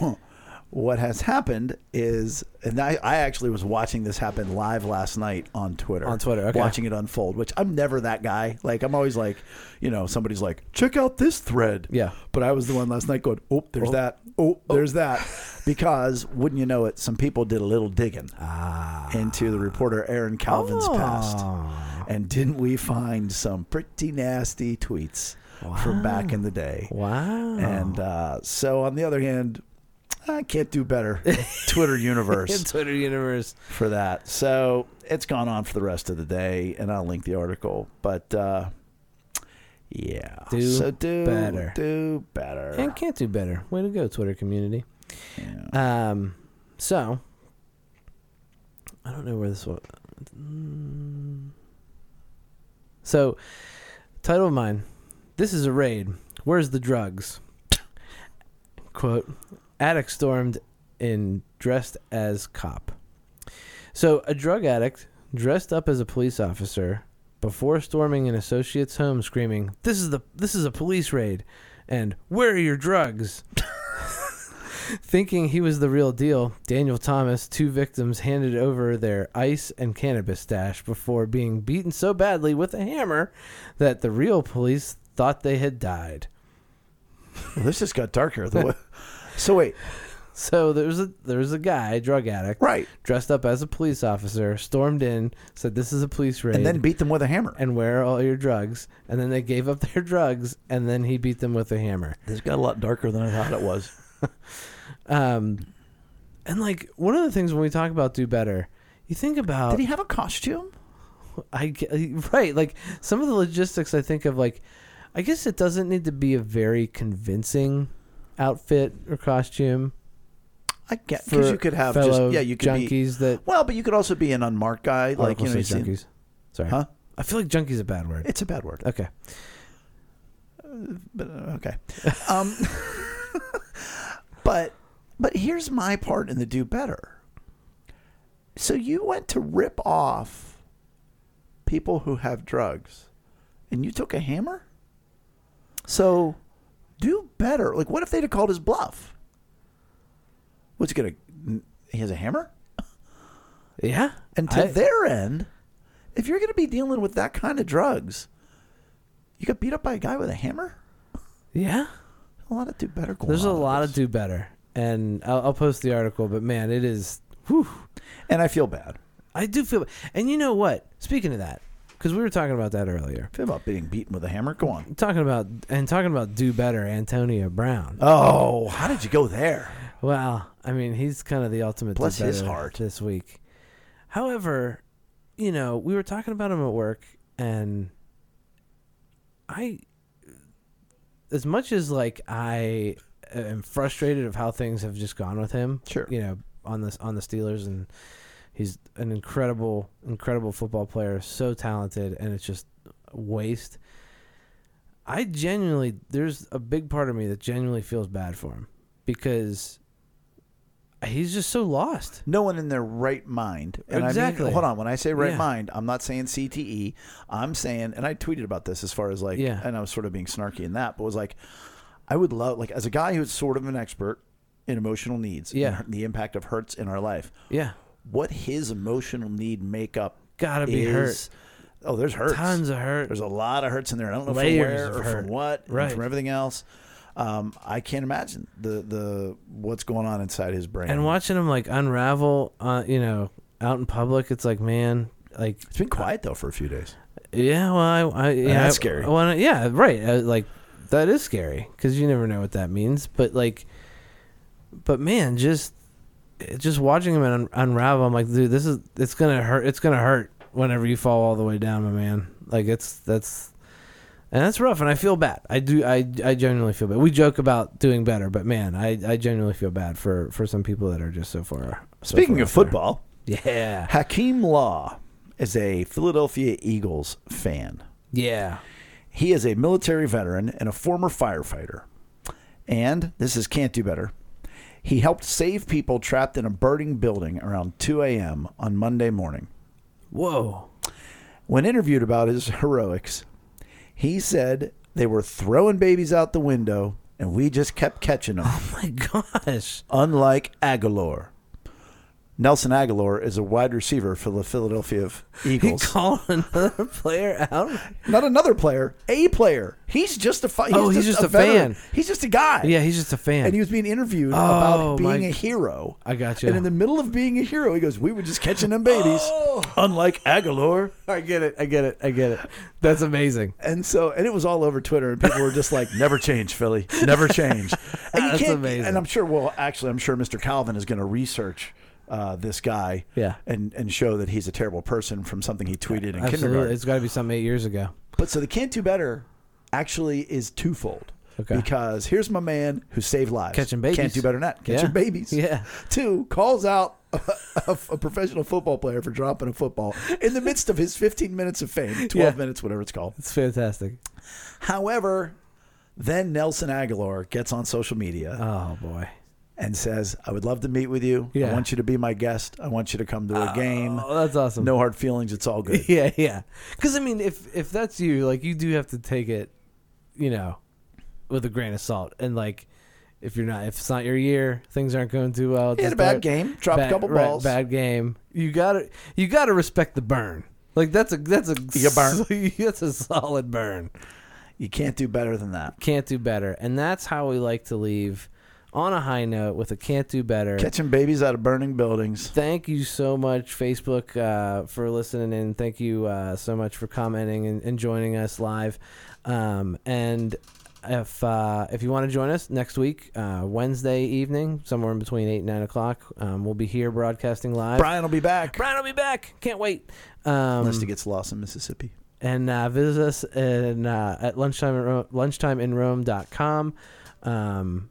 [SPEAKER 1] what has happened is, and I, I actually was watching this happen live last night on Twitter.
[SPEAKER 2] On Twitter, okay.
[SPEAKER 1] Watching it unfold, which I'm never that guy. Like, I'm always like, you know, somebody's like, check out this thread.
[SPEAKER 2] Yeah.
[SPEAKER 1] But I was the one last night going, oh, there's that. Oh, there's that. Because, wouldn't you know it, some people did a little digging
[SPEAKER 2] Ah.
[SPEAKER 1] into the reporter Aaron Calvin's past. And didn't we find some pretty nasty tweets from back in the day?
[SPEAKER 2] wow,
[SPEAKER 1] And uh, so, on the other hand, I can't do better, Twitter
[SPEAKER 2] in
[SPEAKER 1] universe,
[SPEAKER 2] Twitter universe,
[SPEAKER 1] for that. So, it's gone on for the rest of the day, and I'll link the article. But uh, yeah.
[SPEAKER 2] Do
[SPEAKER 1] so, do
[SPEAKER 2] better.
[SPEAKER 1] Do better.
[SPEAKER 2] and can't do better. Way to go, Twitter community.
[SPEAKER 1] Yeah. Oh,
[SPEAKER 2] Um, so I don't know where this was. Mm. So, title of mine. This is a raid. Where's the drugs? Quote: Addict stormed in dressed as cop. So, a drug addict dressed up as a police officer before storming an associate's home, screaming, "This is the this is a police raid," and "Where are your drugs?" Thinking he was the real deal, Daniel Thomas, two victims, handed over their ice and cannabis stash before being beaten so badly with a hammer that the real police thought they had died.
[SPEAKER 1] Well, this just got darker. The way- so wait,
[SPEAKER 2] So there was a there was a guy, drug addict,
[SPEAKER 1] right,
[SPEAKER 2] dressed up as a police officer, stormed in, said this is a police raid,
[SPEAKER 1] and then beat them with a hammer.
[SPEAKER 2] and where are all your drugs? And then they gave up their drugs, and then he beat them with a hammer.
[SPEAKER 1] This got a lot darker than I thought it was.
[SPEAKER 2] Um, and like one of the things when we talk about do better, you think about
[SPEAKER 1] Did he have a costume?
[SPEAKER 2] I ge- right like some of the logistics I think of like I guess it doesn't need to be a very convincing outfit or costume
[SPEAKER 1] I get
[SPEAKER 2] for
[SPEAKER 1] because you could have just
[SPEAKER 2] fellow
[SPEAKER 1] yeah, you could be
[SPEAKER 2] junkies that
[SPEAKER 1] well, but you could also be an unmarked guy,
[SPEAKER 2] Oh, I
[SPEAKER 1] like you know,
[SPEAKER 2] almost
[SPEAKER 1] you
[SPEAKER 2] said
[SPEAKER 1] see-
[SPEAKER 2] junkies. Sorry,
[SPEAKER 1] Huh?
[SPEAKER 2] I feel like junkies a bad word.
[SPEAKER 1] it's a bad word,
[SPEAKER 2] Okay,
[SPEAKER 1] but uh, okay. Um, but but here's my part in the do better. So you went to rip off people who have drugs, and you took a hammer. So do better. Like, what if they'd have called his bluff? What's he gonna? He has a hammer.
[SPEAKER 2] yeah,
[SPEAKER 1] And to
[SPEAKER 2] I-
[SPEAKER 1] their end, if you're going to be dealing with that kind of drugs, you got beat up by a guy with a hammer.
[SPEAKER 2] yeah.
[SPEAKER 1] A lot of do better. going
[SPEAKER 2] There's a
[SPEAKER 1] on with
[SPEAKER 2] lot
[SPEAKER 1] this.
[SPEAKER 2] of do better, and I'll, I'll post the article. But man, it is. Whew,
[SPEAKER 1] and I feel bad.
[SPEAKER 2] I do feel, and you know what? Speaking of that, because we were talking about that earlier,
[SPEAKER 1] I feel about being beaten with a hammer. Go on.
[SPEAKER 2] talking about and talking about do better, Antonio Brown.
[SPEAKER 1] Oh, how did you go there?
[SPEAKER 2] Well, I mean, he's kind of the ultimate. do
[SPEAKER 1] Bless his
[SPEAKER 2] better
[SPEAKER 1] heart.
[SPEAKER 2] this week. However, you know, we were talking about him at work, and I, as much as like I am frustrated of how things have just gone with him,
[SPEAKER 1] Sure.
[SPEAKER 2] you know, on this on the Steelers, and he's an incredible, incredible football player, so talented, and it's just a waste. I genuinely, there's a big part of me that genuinely feels bad for him because he's just so lost.
[SPEAKER 1] No one in their right mind. And I
[SPEAKER 2] Exactly.
[SPEAKER 1] mean, hold on. When I say right
[SPEAKER 2] Yeah.
[SPEAKER 1] mind, I'm not saying CTE. I'm saying, and I tweeted about this as far as like,
[SPEAKER 2] Yeah.
[SPEAKER 1] and I was sort of being snarky in that, but was like, I would love, like, as a guy who's sort of an expert in emotional needs
[SPEAKER 2] Yeah.
[SPEAKER 1] and the impact of hurts in our life,
[SPEAKER 2] Yeah,
[SPEAKER 1] what his emotional need makeup
[SPEAKER 2] gotta be
[SPEAKER 1] is.
[SPEAKER 2] hurt.
[SPEAKER 1] Oh, there's hurts.
[SPEAKER 2] Tons of hurt.
[SPEAKER 1] There's a lot of hurts in there. and I don't know from
[SPEAKER 2] Layers of
[SPEAKER 1] where or
[SPEAKER 2] hurt.
[SPEAKER 1] from what, and
[SPEAKER 2] Right.
[SPEAKER 1] from everything else. Um, I can't imagine the the what's going on inside his brain.
[SPEAKER 2] and watching him like unravel, uh, you know, out in public, it's like, man, like
[SPEAKER 1] it's been quiet though for a few days.
[SPEAKER 2] Yeah, well, I, I yeah,
[SPEAKER 1] that's
[SPEAKER 2] I-
[SPEAKER 1] scary.
[SPEAKER 2] I wanna- yeah, right. Uh, like that is scary because you never know what that means. But like, but man, just just watching him un- unravel, I'm like, dude, this is it's gonna hurt. It's gonna hurt whenever you fall all the way down, my man. Like it's that's and that's rough. And I feel bad. I do. I I genuinely feel bad. We joke about doing better, but man, I I genuinely feel bad for for some people that are just so far. so
[SPEAKER 1] Speaking of
[SPEAKER 2] far out there.
[SPEAKER 1] football,
[SPEAKER 2] yeah,
[SPEAKER 1] Hakeem Law is a Philadelphia Eagles fan.
[SPEAKER 2] yeah,
[SPEAKER 1] He is a military veteran and a former firefighter. And this is can't do better. He helped save people trapped in a burning building around 2 a.m. on Monday morning.
[SPEAKER 2] whoa,
[SPEAKER 1] When interviewed about his heroics, he said they were throwing babies out the window and we just kept catching them,
[SPEAKER 2] oh my gosh.
[SPEAKER 1] unlike Aguilar. Nelson Aguilar is a wide receiver for the Philadelphia
[SPEAKER 2] He
[SPEAKER 1] Eagles.
[SPEAKER 2] called another player out.
[SPEAKER 1] Not another player, a player. He's just a fi-
[SPEAKER 2] Oh, he's just a
[SPEAKER 1] veteran.
[SPEAKER 2] fan.
[SPEAKER 1] He's just a guy.
[SPEAKER 2] Yeah, he's just a fan.
[SPEAKER 1] And he was being interviewed
[SPEAKER 2] Oh,
[SPEAKER 1] about
[SPEAKER 2] my-
[SPEAKER 1] being a hero.
[SPEAKER 2] I got you.
[SPEAKER 1] And in the middle of being a hero, he goes, "We were just catching them babies,
[SPEAKER 2] Oh.
[SPEAKER 1] unlike Aguilar."
[SPEAKER 2] I get it. I get it. I get it. That's amazing.
[SPEAKER 1] And so, and it was all over Twitter, and people were just like, "Never change, Philly. Never change." And you
[SPEAKER 2] That's
[SPEAKER 1] can't,
[SPEAKER 2] amazing.
[SPEAKER 1] And I'm sure. Well, actually, I'm sure Mr. Calvin is going to research uh, this guy,
[SPEAKER 2] Yeah.
[SPEAKER 1] and and show that he's a terrible person from something he tweeted in
[SPEAKER 2] Absolutely.
[SPEAKER 1] kindergarten.
[SPEAKER 2] It's got to be something eight years ago.
[SPEAKER 1] But so the can't do better actually is twofold.
[SPEAKER 2] Okay.
[SPEAKER 1] Because here's my man who saved lives.
[SPEAKER 2] Catching babies.
[SPEAKER 1] Can't do better than that. Catching
[SPEAKER 2] Yeah.
[SPEAKER 1] babies.
[SPEAKER 2] Yeah.
[SPEAKER 1] Two calls out a, a professional football player for dropping a football in the midst of his 15 minutes of fame, 12
[SPEAKER 2] Yeah.
[SPEAKER 1] minutes, whatever it's called.
[SPEAKER 2] It's fantastic.
[SPEAKER 1] However, then Nelson Aguilar gets on social media
[SPEAKER 2] Oh boy.
[SPEAKER 1] and says, I would love to meet with you. I
[SPEAKER 2] Yeah.
[SPEAKER 1] want you to be my guest. I want you to come to a game.
[SPEAKER 2] Oh, that's awesome.
[SPEAKER 1] No hard feelings. It's all good.
[SPEAKER 2] Yeah, yeah. Because I mean, if if that's you, like you do have to take it, you know, with a grain of salt. And like, if you're not, if it's not your year, things aren't going too well. at
[SPEAKER 1] He
[SPEAKER 2] the
[SPEAKER 1] had a bad
[SPEAKER 2] start,
[SPEAKER 1] game, dropped
[SPEAKER 2] bad-
[SPEAKER 1] a couple
[SPEAKER 2] right,
[SPEAKER 1] balls.
[SPEAKER 2] bad game. You gotta you gotta respect the burn. Like that's a that's a
[SPEAKER 1] You burn.
[SPEAKER 2] that's a solid burn.
[SPEAKER 1] You can't do better than that.
[SPEAKER 2] Can't do better. And that's how we like to leave on a high note with a can't do better.
[SPEAKER 1] Catching babies out of burning buildings.
[SPEAKER 2] Thank you so much, Facebook, uh, for listening in. Thank you uh, so much for commenting and, and joining us live. Um, and if uh, if you want to join us next week, uh, Wednesday evening, somewhere in between eight and nine o'clock, um, we'll be here broadcasting live.
[SPEAKER 1] Brian will be back.
[SPEAKER 2] Brian will be back. Can't wait. Um,
[SPEAKER 1] Unless he gets lost in Mississippi.
[SPEAKER 2] and uh, visit us in, uh, at lunchtime at Ro- lunchtimeinrome.com. Um,